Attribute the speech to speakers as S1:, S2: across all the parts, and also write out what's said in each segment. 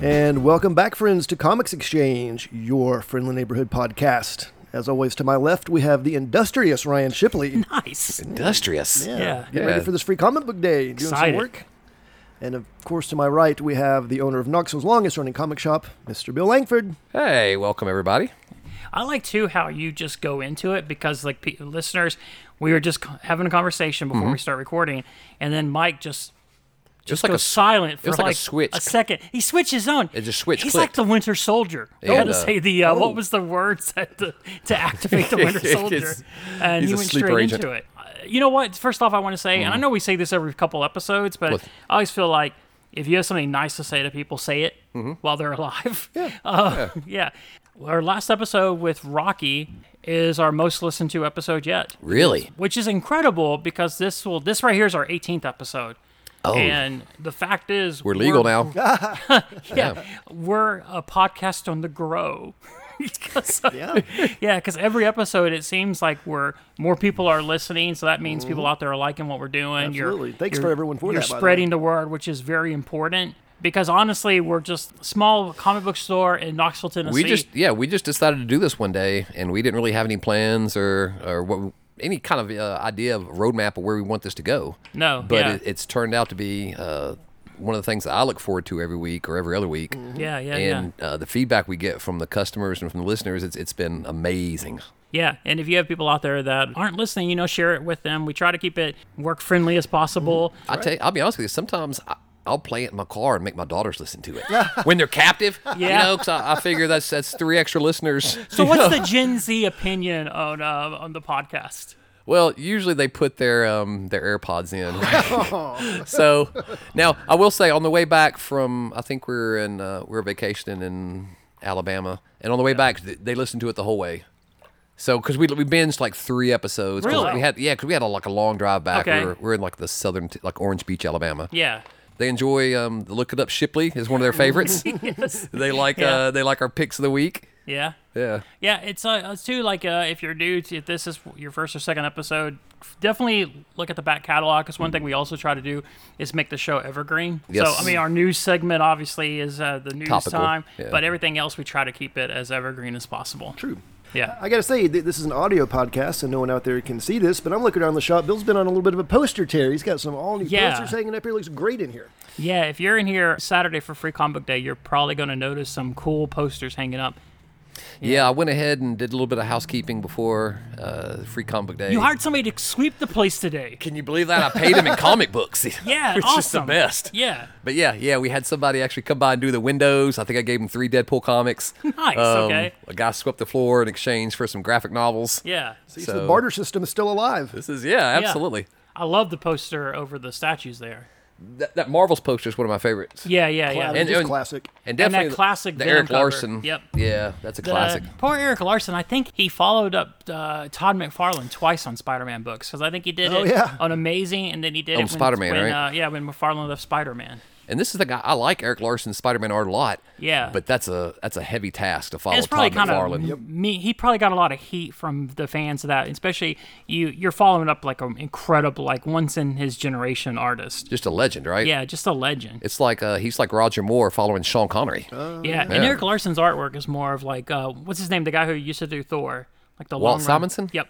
S1: And welcome back, friends, to Comics Exchange, your friendly neighborhood podcast. As always, to my left, we have the industrious Ryan Shipley.
S2: Nice.
S3: Industrious.
S2: Yeah.
S1: Getting ready
S3: Yeah.
S1: for this free comic book day, doing
S2: Excited.
S1: some work. And of course, to my right, we have the owner of Knoxville's longest running comic shop, Mr. Bill Langford.
S3: Hey, welcome everybody.
S2: I like too how you just go into it because like pe- listeners, we were just co- having a conversation before we start recording, and then Mike just just
S3: Mm-hmm. like
S2: goes
S3: a s-
S2: silent for
S3: was like a switch.
S2: second. He switches on.
S3: It just switch
S2: He's
S3: clicked.
S2: like the Winter Soldier. I had
S3: And,
S2: to
S3: uh,
S2: say the uh, what was the words that the, to activate the Winter
S3: It's-
S2: Soldier, and
S3: he's
S2: he
S3: a
S2: went
S3: sleeper
S2: straight
S3: agent. Mm-hmm.
S2: into it. Uh, You know what? First off, I want to say, and I know we say this every couple episodes, but
S3: What?
S2: I always feel like if you have something nice to say to people, say it
S3: Mm-hmm.
S2: while they're alive. Yeah. Uh, yeah. Our last episode with Rocky is our most listened to episode yet
S3: Really?
S2: which is incredible because this will this right here is our 18th episode.
S3: Oh.
S2: And the fact is
S3: We're legal now.
S2: Yeah, We're a podcast on the grow. 'Cause, uh, yeah, because every episode it seems like we're more people are listening, so that means people out there are liking what we're doing. You're-
S1: Mm-hmm. Absolutely. Thanks
S2: you're-
S1: for everyone for
S2: you're
S1: that, by the way.
S2: spreading the word, which is very important. Because honestly, we're just small comic book store in Knoxville, Tennessee.
S3: We just yeah, we just decided to do this one day, and we didn't really have any plans or or what any kind of uh, idea of roadmap of where we want this to go.
S2: No,
S3: but
S2: yeah.
S3: it, it's turned out to be uh, one of the things that I look forward to every week or every other week.
S2: yeah, Mm-hmm. yeah, yeah.
S3: And uh, the feedback we get from the customers and from the listeners, it's it's been amazing.
S2: Yeah, and if you have people out there that aren't listening, you know, share it with them. We try to keep it work friendly as possible.
S1: Mm-hmm.
S3: I tell you, I'll be honest with you. Sometimes I, I'll play it in my car and make my daughters listen to it when they're captive. you
S2: Yeah.
S3: know, 'cause I, I figure that's that's three extra listeners.
S2: So, what's the Gen Z opinion on uh, on the podcast?
S3: Well, usually they put their um, their AirPods in.
S2: Oh.
S3: so now I will say on the way back from I think we were in uh, we were vacationing in Alabama, and on the way back th- they listened to it the whole way. So because we we binged like three episodes. 'cause
S2: Really?
S3: We had yeah because we had a, like a long drive back.
S2: Okay.
S3: We, were, we were in like the southern t- like Orange Beach, Alabama.
S2: Yeah,
S3: They enjoy um, the look it up Shipley is one of their favorites. They like
S2: Yeah.
S3: uh, they like our picks of the week.
S2: yeah,
S3: Yeah.
S2: yeah. It's uh, it's too like uh, if you're new, to, if this is your first or second episode, definitely look at the back catalog. Because one thing we also try to do is make the show evergreen.
S3: Yes.
S2: So, I mean, our news segment obviously is uh, the news
S3: Topical,
S2: time,
S3: yeah.
S2: but everything else we try to keep it as evergreen as possible.
S1: True.
S2: Yeah.
S1: I got to say, th- this is an audio podcast, and no one out there can see this, but I'm looking around the shop. Bill's been on a little bit of a poster tear. He's got some all new
S2: Yeah.
S1: posters hanging up here. Looks great in here.
S2: Yeah, if you're in here Saturday for Free Comic Book Day, you're probably going to notice some cool posters hanging up.
S3: yeah, I went ahead and did a little bit of housekeeping before uh, Free Comic Book Day.
S2: You hired somebody to sweep the place today.
S3: Can you believe that? I paid him in comic books.
S2: Yeah,
S3: which
S2: awesome.
S3: is the best.
S2: Yeah,
S3: But yeah, yeah, we had somebody actually come by and do the windows. I think I gave him three Deadpool comics. Um,
S2: Nice, okay.
S3: A guy swept the floor in exchange for some graphic novels.
S2: yeah.
S1: See, so the
S3: So-
S1: barter system is still alive.
S3: This is yeah,
S2: Yeah.
S3: absolutely.
S2: I love the poster over the statues there.
S3: That, that Marvels poster is one of my favorites.
S2: Yeah, yeah, yeah.
S1: Wow,
S3: And-
S1: just
S3: and-
S1: classic.
S3: And
S2: that
S3: definitely the-
S2: classic
S3: the
S2: Venom
S3: Eric
S2: cover.
S3: Larson.
S2: Yep.
S3: Yeah, that's a
S2: The-
S3: classic.
S2: poor Eric Larson. I think he followed up uh, Todd McFarlane twice on Spider-Man books because I think he did
S1: Oh,
S2: it
S1: yeah.
S2: on Amazing, and then he did
S3: On
S2: it when,
S3: Oh, Spider-Man,
S2: when,
S3: right?
S2: Uh, yeah, when McFarlane left Spider-Man.
S3: And this is the guy I like Eric Larson's Spider Man art a lot.
S2: Yeah.
S3: But that's a that's a heavy task to follow
S2: it's probably
S3: Todd
S2: kind
S3: McFarlane.
S2: of me. He probably got a lot of heat from the fans of that, especially you. You're following up like an incredible, like once in his generation artist.
S3: Just a legend, right?
S2: Yeah, just a legend.
S3: It's like uh, he's like Roger Moore following Sean Connery.
S1: Oh,
S2: yeah. and Eric Larson's artwork is more of like uh, what's his name, the guy who used to do Thor, like the
S3: Walt
S2: long run-
S3: Simonson? Mm-hmm.
S2: Yep.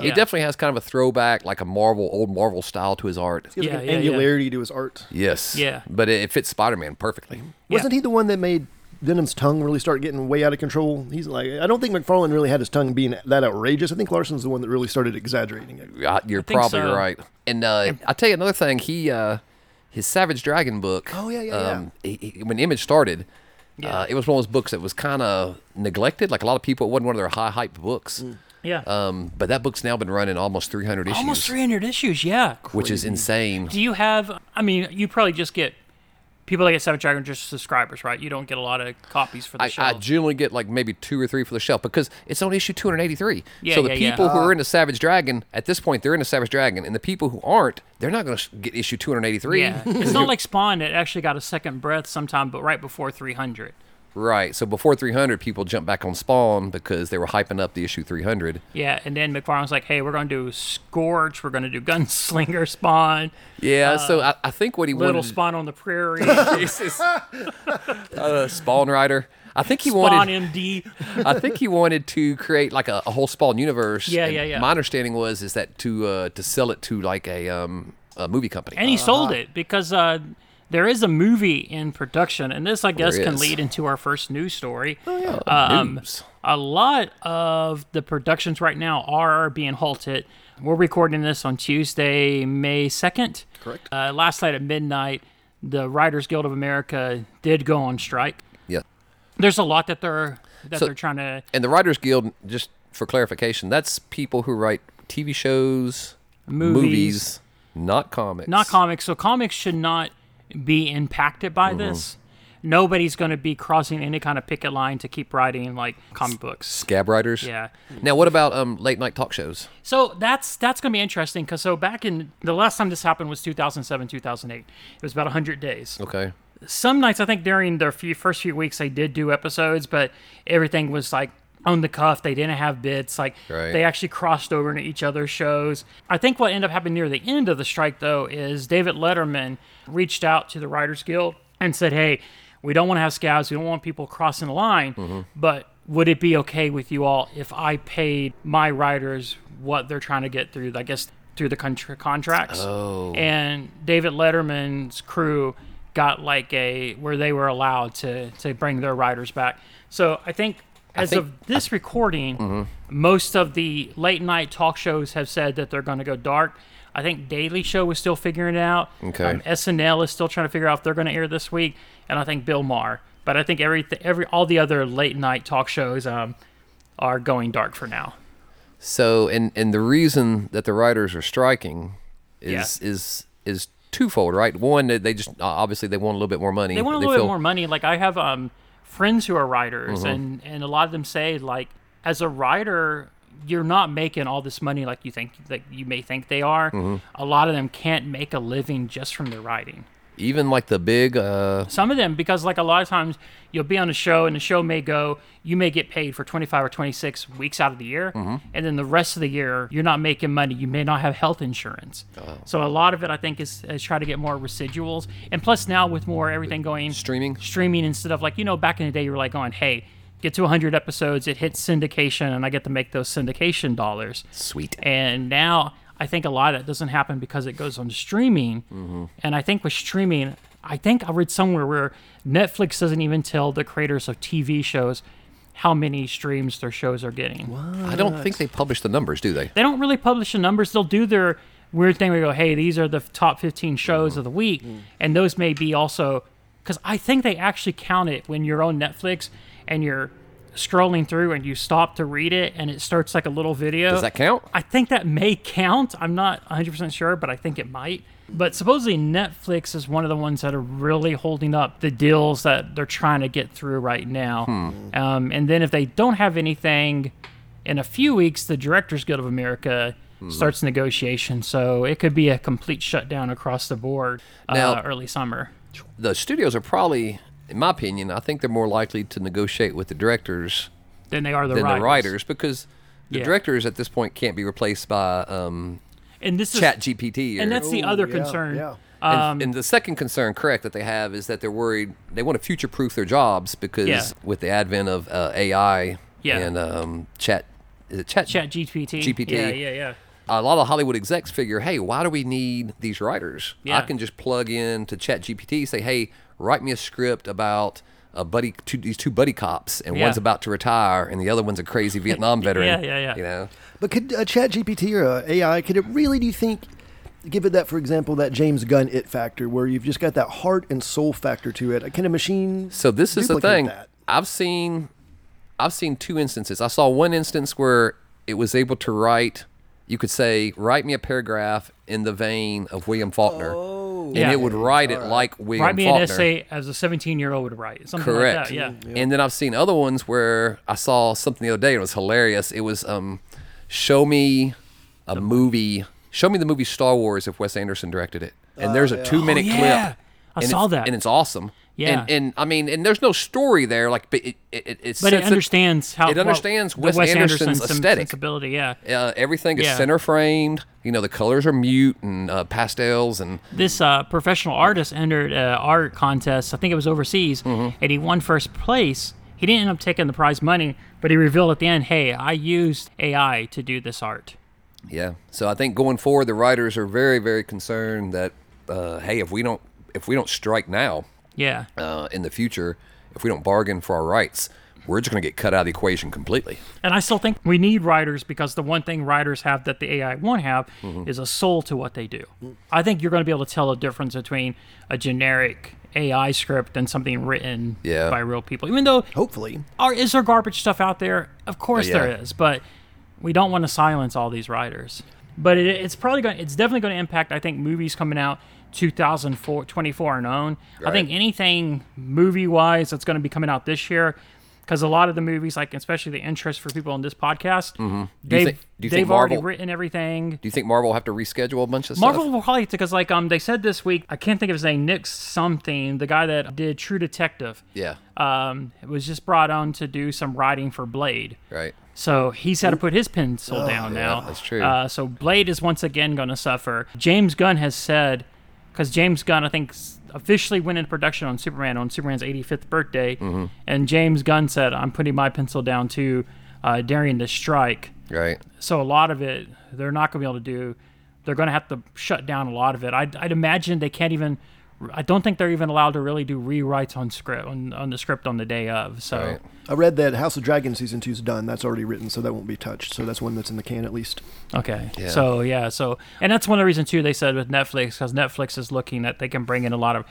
S3: He definitely has kind of a throwback, like a Marvel old Marvel style to his art.
S1: Gives
S2: Yeah,
S1: an
S2: yeah, yeah.
S1: angularity to his art.
S3: Yes.
S2: Yeah. Mm-hmm.
S3: But it, it fits Spider Man perfectly.
S2: Yeah.
S1: Wasn't he the one that made Venom's tongue really start getting way out of control? He's like, I don't think McFarlane really had his tongue being that outrageous. I think Larson's the one that really started exaggerating it.
S3: I- You're
S2: think
S3: probably
S2: so.
S3: right. And uh, I'll tell you another thing. He, uh, his Savage Dragon book. um,
S1: Oh, yeah, yeah, yeah.
S3: he- he- when Image started, uh, it was one of those books that was kind of neglected. Like a lot of people, it wasn't one of their high hype books.
S1: Mm.
S2: Yeah.
S3: Um, but that book's now been running almost 300 issues,
S2: Almost 300 issues. Yeah.
S3: which is insane.
S2: Do you have? I mean, you probably just get people that get Seven Dragon just subscribers, right? You don't get a lot of copies for the
S3: I,
S2: show.
S3: I generally get like maybe two or three for the shelf because it's on issue 283.
S2: Yeah,
S3: so the
S2: yeah, yeah.
S3: people who are into Savage Dragon at this point they're into Savage Dragon, and the people who aren't, they're not going to get issue 283.
S2: yeah. it's not like Spawn. It actually got a second breath sometime, but right before 300.
S3: Right. So before 300, people jumped back on Spawn because they were hyping up the issue 300.
S2: Yeah, and then McFarlane was like, "Hey, we're going to do Scorch. We're going to do Gunslinger Spawn,
S3: Yeah. so I, I think what he
S2: Uh, Little
S3: wanted
S2: Spawn on the Prairie,
S3: Jesus. uh, Spawn Rider. I think he
S2: Spawn
S3: wanted.
S2: MD."
S3: I think he wanted to create like a, a whole Spawn universe.
S2: Yeah,
S3: and
S2: yeah, yeah.
S3: My understanding was is that to uh, to sell it to like a um a movie company.
S2: And he sold it because uh, there is a movie in production, and this I guess can
S3: is. Oh,
S2: lead into our first news story. um,
S3: news.
S2: A lot of the productions right now are being halted. We're recording this on Tuesday, May 2nd.
S1: Correct.
S2: Uh, last night at midnight, the Writers Guild of America did go on strike.
S3: yeah.
S2: There's a lot that they're that
S3: So-
S2: they're trying to
S3: And the Writers Guild, just for clarification, that's people who write TV shows,
S2: Movies.
S3: not comics.
S2: not comics. So comics should not be impacted by this. Nobody's going to be crossing any kind of picket line to keep writing like comic books.
S3: Scab writers.
S2: Yeah.
S3: Now, what about um late night talk shows?
S2: So that's that's going to be interesting because so back in the last time this happened was 2007, 2008. It was about 100 days.
S3: Okay.
S2: Some nights I think during their few first few weeks they did do episodes, but everything was like on the cuff. They didn't have bits. Like
S3: Right.
S2: they actually crossed over into each other's shows. I think what ended up happening near the end of the strike though is David Letterman reached out to the Writers Guild and said, "Hey, we don't want to have scabs. We don't want people crossing the line, but." Would it be okay with you all if I paid my writers what they're trying to get through? I guess through the country contracts. Oh. And David Letterman's crew got like a where they were allowed to to bring their riders back. So I think as
S3: think- Mm-hmm.
S2: of this recording, most of the late night talk shows have said that they're going to go dark. I think Daily Show is still figuring it out. Um,
S3: Okay.
S2: SNL is still trying to figure out if they're going to air this week, and I think Bill Maher. But I think every every all the other late night talk shows um, are going dark for now.
S3: So, and and the reason that the writers are striking is is is twofold, right? One, that they just uh, obviously they want a little bit more money.
S2: they want a little bit more money. Like I have um friends who are writers, and and a lot of them say like as a writer, you're not making all this money like you think like you may think they are. A lot of them can't make a living just from their writing.
S3: Even like the big, uh,
S2: Some of them because like a lot of times you'll be on a show and the show may go, you may get paid for 25 or 26 weeks out of the year, and then the rest of the year you're not making money. You may not have health insurance. So a lot of it I think is, is try to get more residuals, and plus now with more everything going
S3: Streaming?
S2: streaming instead of like you know back in the day you were like going hey get to 100 episodes it hits syndication and i get to make those syndication dollars
S3: sweet.
S2: and now i think a lot of that doesn't happen because it goes on streaming
S3: Mm-hmm.
S2: and i think with streaming i think i read somewhere where netflix doesn't even tell the creators of tv shows how many streams their shows are getting
S3: I don't think they publish the numbers, do they?
S2: they don't really publish the numbers. They'll do their weird thing where they go, hey, these are the f- top 15
S3: Mm-hmm.
S2: shows of the week. And those may be also, because I think they actually count it when you're on Netflix and you're scrolling through and you stop to read it and it starts like a little video.
S3: Does that count?
S2: I think that may count. I'm not 100% sure, but I think it might. But supposedly Netflix is one of the ones that are really holding up the deals that they're trying to get through right now.
S3: Hmm.
S2: Um, and then if they don't have anything in a few weeks, the Directors Guild of America
S3: Hmm.
S2: starts negotiations. So it could be a complete shutdown across the board uh,
S3: Now-
S2: early summer.
S3: The studios are probably, in my opinion, I think they're more likely to negotiate with the directors
S2: Then they are the
S3: than
S2: writers.
S3: the writers because the
S2: Yeah.
S3: directors at this point can't be replaced by um,
S2: And this is
S3: Chat GPT. Or,
S2: and that's um, the
S1: Ooh,
S2: other
S1: Oh, yeah,
S2: concern.
S1: yeah.
S3: And- and the second concern, correct, that they have is that they're worried they want to future proof their jobs because
S2: Yeah.
S3: with the advent of uh, AI
S2: Yeah.
S3: and um, chat, is it chat?
S2: Chat GPT.
S3: GPT.
S2: Yeah, yeah, yeah.
S3: A lot of Hollywood execs figure, hey, why do we need these writers? I
S2: Yeah.
S3: can just plug in to chat GPT, say, hey, write me a script about a buddy, two, these two buddy cops, and
S2: Yeah.
S3: one's about to retire, and the other one's a crazy Vietnam veteran.
S2: Yeah, yeah, yeah.
S3: You know,
S1: But could a Chat GPT or uh, a AI, could it really, do you think, give it that, for example, that James Gunn it factor where you've just got that heart and soul factor to it? Can a machine.
S3: So this is the
S1: duplicate
S3: thing.
S1: That?
S3: I've seen I've seen two instances. I saw one instance where it was able to write you could say write me a paragraph in the vein of William Faulkner.
S1: Oh.
S3: and
S2: Yeah.
S3: it would write it like William
S2: Write me
S3: Faulkner.
S2: an essay as a 17 year old would write. Something Like
S3: Correct.
S2: that. Yeah.
S3: And then I've seen other ones where I saw something the other day. It was hilarious. It was um, show me a movie. Show me the movie Star Wars if Wes Anderson directed it. And there's a two minute
S2: Uh, Oh, yeah.
S3: clip.
S2: I
S3: and
S2: saw
S3: it's-
S2: that.
S3: and it's awesome.
S2: Yeah.
S3: And, and I mean, and there's no story there. Like, but it it, it, it,
S2: but it
S3: sets
S2: understands how
S3: it understands
S2: the
S3: Wes Anderson's
S2: sen-
S3: aesthetic.
S2: sensibility. Yeah,
S3: Uh, everything is
S2: Yeah.
S3: center framed. You know, the colors are mute and uh, pastels, and
S2: this uh, professional artist entered an art contest. I think it was overseas,
S3: Mm-hmm.
S2: and he won first place. He didn't end up taking the prize money, but he revealed at the end, "Hey, I used AI to do this art."
S3: yeah. So I think going forward, the writers are very, very concerned that, uh, hey, if we don't if we don't strike now,
S2: Yeah,
S3: uh, in the future, if we don't bargain for our rights, we're just going to get cut out of the equation completely.
S2: and I still think we need writers because the one thing writers have that the AI won't have is a soul to what they do. I think you're going to be able to tell the difference between a generic AI script and something written
S3: Yeah.
S2: by real people, even though
S1: Hopefully.
S2: are is there garbage stuff out there? Of course
S3: Yeah.
S2: there is, but we don't want to silence all these writers. But it, it's probably going. It's definitely going to impact. I think movies coming out 2004, 24 and on. I think
S3: Right.
S2: anything movie wise that's going to be coming out this year, because a lot of the movies, like especially the interest for people on this podcast, they've
S3: think- Mm-hmm. do you
S2: they've
S3: think
S2: already
S3: Marvel-
S2: written everything.
S3: Do you think Marvel will have to reschedule a bunch of
S2: Marvel
S3: stuff?
S2: will probably because like um they said this week I can't think of his name Nick something the guy that did True Detective
S3: Yeah.
S2: um, was just brought on to do some writing for Blade.
S3: Right.
S2: So he's had to put his pencil down now.
S3: Oh, that's true.
S2: Uh, so Blade is once again going to suffer. James Gunn has said, because James Gunn, I think, s- officially went into production on Superman on Superman's 85th birthday,
S3: Mm-hmm.
S2: and James Gunn said, "I'm putting my pencil down to uh, during the strike."
S3: Right.
S2: So a lot of it, they're not going to be able to do. They're going to have to shut down a lot of it. I'd, I'd imagine they can't even. I don't think they're even allowed to really do rewrites on script on, on the script on the day of. So
S3: Right.
S1: I read that House of Dragon season two's done. That's already written, so that won't be touched. So that's one that's in the can at least.
S2: okay, so yeah, so and that's one of the reasons too they said with Netflix because Netflix is looking that they can bring in a lot of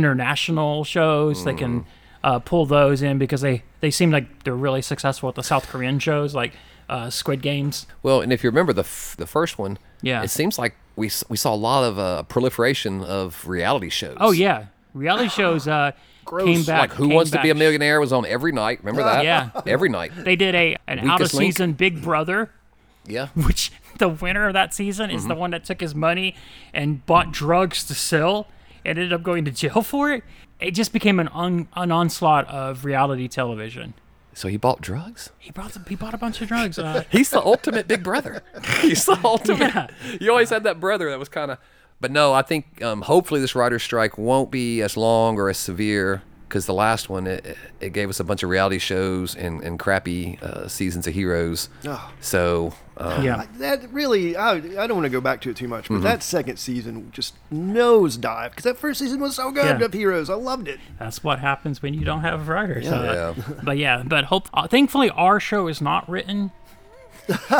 S2: international shows. They
S3: Mm.
S2: can uh, pull those in because they they seem like they're really successful at the South Korean shows like uh, Squid Games.
S3: Well, and if you remember the f- the first one,
S2: Yeah.
S3: it seems like we s- we saw a lot of uh, proliferation of reality shows.
S2: Oh yeah, reality shows uh, came
S1: Gross.
S2: back.
S3: Like Who
S2: came
S3: Wants to Be a
S2: back. Oh,
S3: Millionaire was on every night. Remember that?
S2: Yeah.
S3: Every night.
S2: They did a an
S3: Weakest
S2: out of
S3: link.
S2: season Big Brother,
S3: Yeah.
S2: which the winner of that season is
S3: Mm-hmm.
S2: the one that took his money and bought drugs to sell and ended up going to jail for it. It just became an un, an onslaught of reality television.
S3: So he bought drugs.
S2: He brought some, he bought a bunch of drugs. Uh,
S3: He's the ultimate big brother. He's the ultimate.
S2: Yeah.
S3: You always had that brother that was kind of. But no, I think um, hopefully this writer's strike won't be as long or as severe because the last one it, it gave us a bunch of reality shows and, and crappy uh, seasons of heroes.
S1: Ah.
S3: So um,
S2: yeah.
S1: That really, I, I don't want to go back to it too much, but
S3: Mm-hmm.
S1: that second season just nosedive because that first season was so good
S2: Yeah.
S1: of Heroes. I loved it.
S2: That's what happens when you don't have writers. uh,
S3: Yeah.
S2: But yeah, but hope uh, thankfully our show is not written.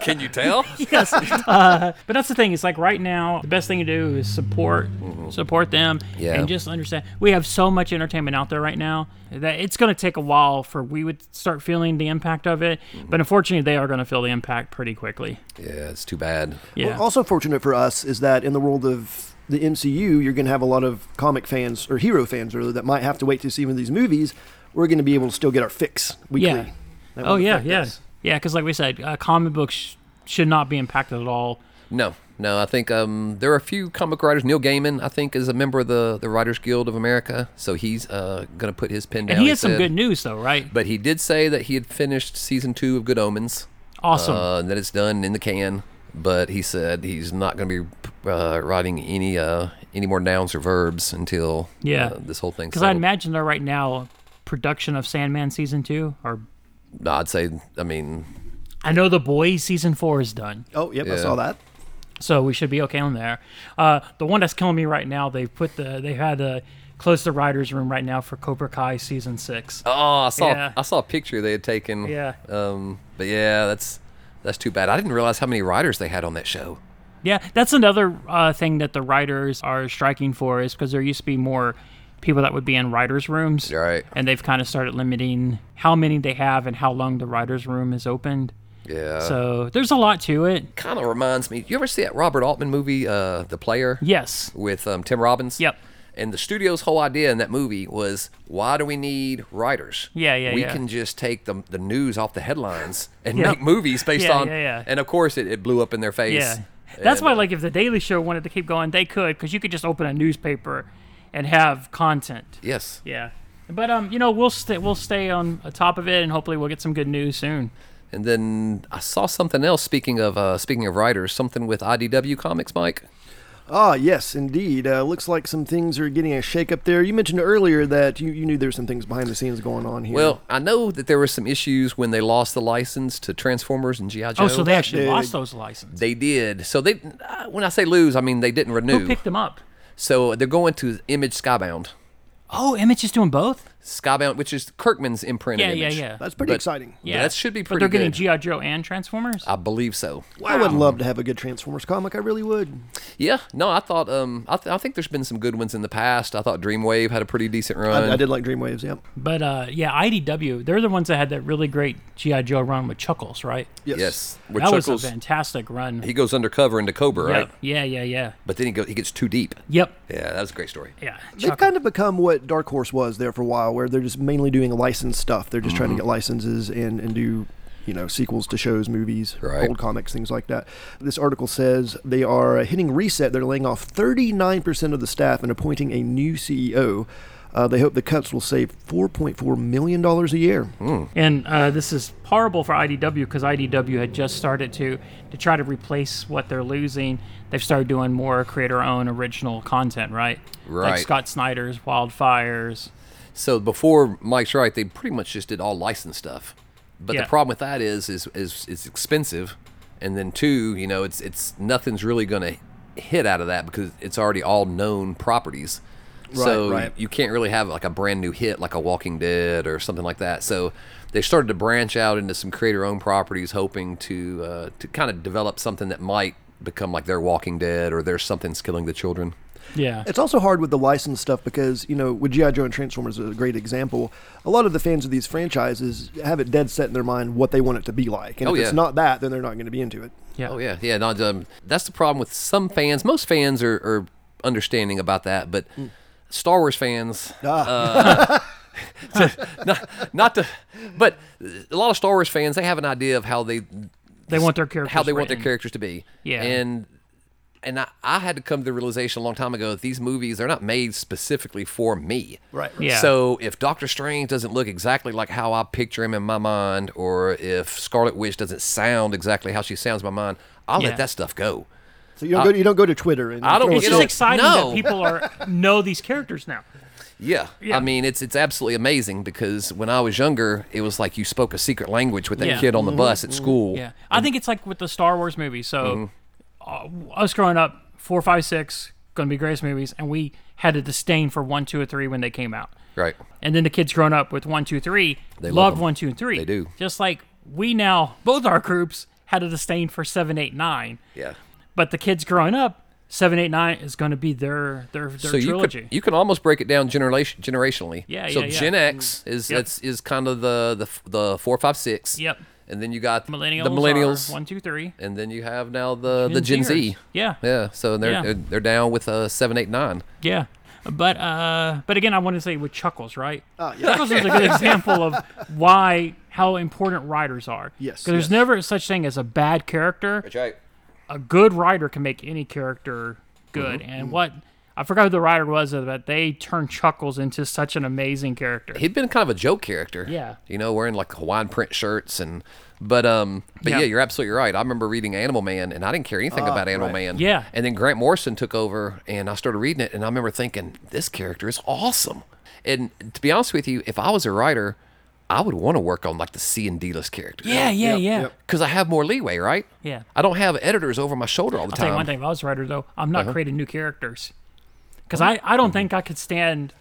S3: can you tell?
S2: yes. Uh, but that's the thing. It's like right now, the best thing to do is support, support them,
S3: Yeah.
S2: and just understand we have so much entertainment out there right now that it's going to take a while for we would start feeling the impact of it.
S3: Mm-hmm.
S2: But unfortunately, they are going to feel the impact pretty quickly.
S3: Yeah, it's too bad.
S2: Yeah.
S1: Also fortunate for us is that in the world of the MCU, you're going to have a lot of comic fans or hero fans, really, that might have to wait to see one of these movies. We're going to be able to still get our fix weekly.
S2: yeah.
S1: That
S2: Oh
S1: won't
S2: yeah,
S1: affect
S2: yeah,
S1: us.
S2: yeah. Because like we said, uh, comic books sh- should not be impacted at all.
S3: No, no. I think um, there are a few comic writers. Neil Gaiman, I think, is a member of the, the Writers Guild of America, so he's uh, going to put his pen down.
S2: And he has some
S3: said.
S2: good news though, right?
S3: But he did say that he had finished season two of Good Omens.
S2: Awesome.
S3: Uh, and that it's done in the can. But he said he's not going to be uh, writing any uh, any more nouns or verbs until
S2: Yeah.
S3: uh, this whole thing.
S2: Because I imagine though right now, production of Sandman season two or
S3: I'd say, I mean,
S2: I know the boys season four is done.
S1: Oh, yep. I
S3: Yeah.
S1: saw that.
S2: so we should be okay on there. Uh, the one that's killing me right now, they've put the they had to close the writers' room right now for Cobra Kai season six.
S3: oh, I saw
S2: Yeah.
S3: I saw a picture they had taken.
S2: Yeah.
S3: Um, but yeah, that's that's too bad. I didn't realize how many writers they had on that show.
S2: Yeah, that's another uh, thing that the writers are striking for is because there used to be more people that would be in writers' rooms,
S3: Right.
S2: and they've kind of started limiting how many they have and how long the writers' room is opened.
S3: Yeah.
S2: So there's a lot to it.
S3: kind of reminds me. You ever see that Robert Altman movie, uh, The Player?
S2: Yes.
S3: with um, Tim Robbins.
S2: Yep.
S3: And the studio's whole idea in that movie was, why do we need writers?
S2: Yeah, yeah,
S3: We
S2: yeah.
S3: can just take the, the news off the headlines and
S2: Yeah.
S3: make movies based
S2: Yeah,
S3: on.
S2: yeah, yeah.
S3: And of course, it, it blew up in their face.
S2: Yeah. That's
S3: And,
S2: why,
S3: uh,
S2: like, if the Daily Show wanted to keep going, they could, because you could just open a newspaper and have content.
S3: Yes.
S2: Yeah. But um, you know, we'll stay we'll stay on top of it, and hopefully, we'll get some good news soon.
S3: And then I saw something else. Speaking of uh, speaking of writers, something with IDW Comics, Mike.
S1: Ah, yes, indeed. Uh, looks like some things are getting a shakeup there. You mentioned earlier that you, you knew there were some things behind the scenes going on here.
S3: Well, I know that there were some issues when they lost the license to Transformers and GI Joe.
S2: Oh, so they actually lost those licenses.
S3: They did. So they, uh, when I say lose, I mean they didn't renew.
S2: Who picked them up?
S3: So they're going to Image Skybound.
S2: Oh, Image is doing both.
S3: Skybound, which is Kirkman's imprint.
S2: Yeah,
S3: of
S2: yeah,
S3: Image.
S2: yeah.
S1: That's pretty
S3: But-
S1: exciting.
S2: Yeah,
S3: that should be
S2: But
S3: pretty
S2: they're getting
S3: good.
S2: GI Joe and Transformers.
S3: I believe so.
S1: I would love to have a good Transformers comic. I really would.
S3: Yeah, no, I thought um, I, th- I think there's been some good ones in the past. I thought Dreamwave had a pretty decent run.
S1: I, I did like Dreamwaves. Yep.
S2: But uh, yeah, IDW, they're the ones that had that really great GI Joe run with Chuckles, right?
S1: Yes.
S3: Yes, where
S2: that
S3: Chuckles
S2: was a fantastic run.
S3: he goes undercover into Cobra,
S2: Yep.
S3: right?
S2: Yeah, yeah, yeah.
S3: But then he goes, he gets too deep.
S2: Yep.
S3: Yeah, that was a great story.
S2: Yeah.
S1: They've kind of become what Dark Horse was there for a while, where they're just mainly doing licensed stuff. They're just trying to get licenses and, and do, you know, sequels to shows, movies,
S3: Right.
S1: old comics, things like that. This article says they are hitting reset. They're laying off 39% of the staff and appointing a new CEO. Uh, they hope the cuts will save $4.4 million a year.
S2: And uh, this is horrible for IDW because IDW had just started to to try to replace what they're losing. They've started doing more creator-owned original content, right?
S3: Right.
S2: Like Scott Snyder's Wildfires.
S3: So before Mike's right, they pretty much just did all licensed stuff. But
S2: Yeah.
S3: the problem with that is, is is it's expensive, and then two, you know, it's it's nothing's really going to hit out of that because it's already all known properties. so
S1: right.
S3: you can't really have like a brand new hit like a Walking Dead or something like that. So they started to branch out into some creator-owned properties, hoping to uh, to kind of develop something that might become like their Walking Dead or their Something's Killing the Children.
S2: Yeah.
S1: It's also hard with the licensed stuff because, you know, with G.I. Joe and Transformers is a great example. A lot of the fans of these franchises have it dead set in their mind what they want it to be like. And
S3: Oh,
S1: if
S3: yeah.
S1: it's not that, then they're not going to be into it.
S2: yeah.
S3: Oh yeah, yeah. No, um, that's the problem with some fans. Most fans are, are understanding about that, but Star Wars fans, uh, not, not the, but a lot of Star Wars fans they have an idea of how they
S2: They want their characters.
S3: how they want their
S2: written.
S3: characters to be.
S2: Yeah.
S3: and and I, I had to come to the realization a long time ago that these movies they're not made specifically for me.
S1: Right.
S2: Yeah.
S3: So if Doctor Strange doesn't look exactly like how I picture him in my mind, or if Scarlet Witch doesn't sound exactly how she sounds in my mind, I'll
S2: Yeah.
S3: let that stuff go.
S1: So you don't go. You don't go to Twitter. And
S3: Uh, I don't
S1: throw
S2: It's
S3: You
S1: a-
S2: just
S3: know,
S2: exciting
S3: no.
S2: that people are know these characters now.
S3: Yeah.
S2: Yeah.
S3: I mean, it's it's absolutely amazing because when I was younger, it was like you spoke a secret language with that
S2: Yeah.
S3: kid on the bus at school.
S2: Yeah, I think it's like with the Star Wars movies. So,
S3: Mm-hmm.
S2: uh, us growing up, four, five, six, going to be greatest movies, and we had a disdain for one, two, and three when they came out.
S3: Right.
S2: And then the kids growing up with one, two, three,
S3: They
S2: they love
S3: love 'em.
S2: one, two, and three.
S3: They do.
S2: Just like we now, both our groups had a disdain for seven, eight, nine.
S3: Yeah.
S2: But the kids growing up, seven, eight, nine is going to be their their their
S3: So you
S2: trilogy.
S3: could, you can almost break it down generation generationally.
S2: Yeah,
S3: So
S2: yeah, yeah.
S3: Gen X is
S2: Yep.
S3: that's is kind of the the f- the four five six.
S2: Yep.
S3: And then you got
S2: millennials,
S3: the millennials,
S2: are one, two, three.
S3: and then you have now the the Gen Z.
S2: Zers. Yeah.
S3: Yeah. So they're
S2: Yeah.
S3: they're, they're down with uh seven eight nine.
S2: Yeah. But uh, but again, I want to say with Chuckles, right?
S1: Ah, yeah.
S2: Chuckles is a good example of why how important writers are.
S1: Yes,
S2: 'Cause there's
S1: yes.
S2: never such thing as a bad character.
S3: right.
S2: A good writer can make any character good.
S1: Mm-hmm.
S2: And what I forgot who the writer was, uh, but they turned Chuckles into such an amazing character.
S3: he'd been kind of a joke character.
S2: Yeah.
S3: You know, wearing like Hawaiian print shirts and but um but yeah,
S2: Yeah. Oh,
S3: you're absolutely right. I remember reading Animal Man and I didn't care anything about Animal Man.
S2: Yeah.
S3: And then Grant Morrison took over and I started reading it and I remember thinking, This character is awesome. And to be honest with you, if I was a writer, I would want to work on like the C and D list characters.
S2: yeah, yeah,
S1: Yep,
S2: yeah.
S1: yep.
S3: Because I have more leeway, right?
S2: Yeah.
S3: I don't have editors over my shoulder all the
S2: I'll tell you
S3: time.
S2: one thing. If I was a writer, though, I'm
S1: Uh-huh.
S2: not creating new characters because I, I
S1: Mm-hmm.
S2: don't think I could stand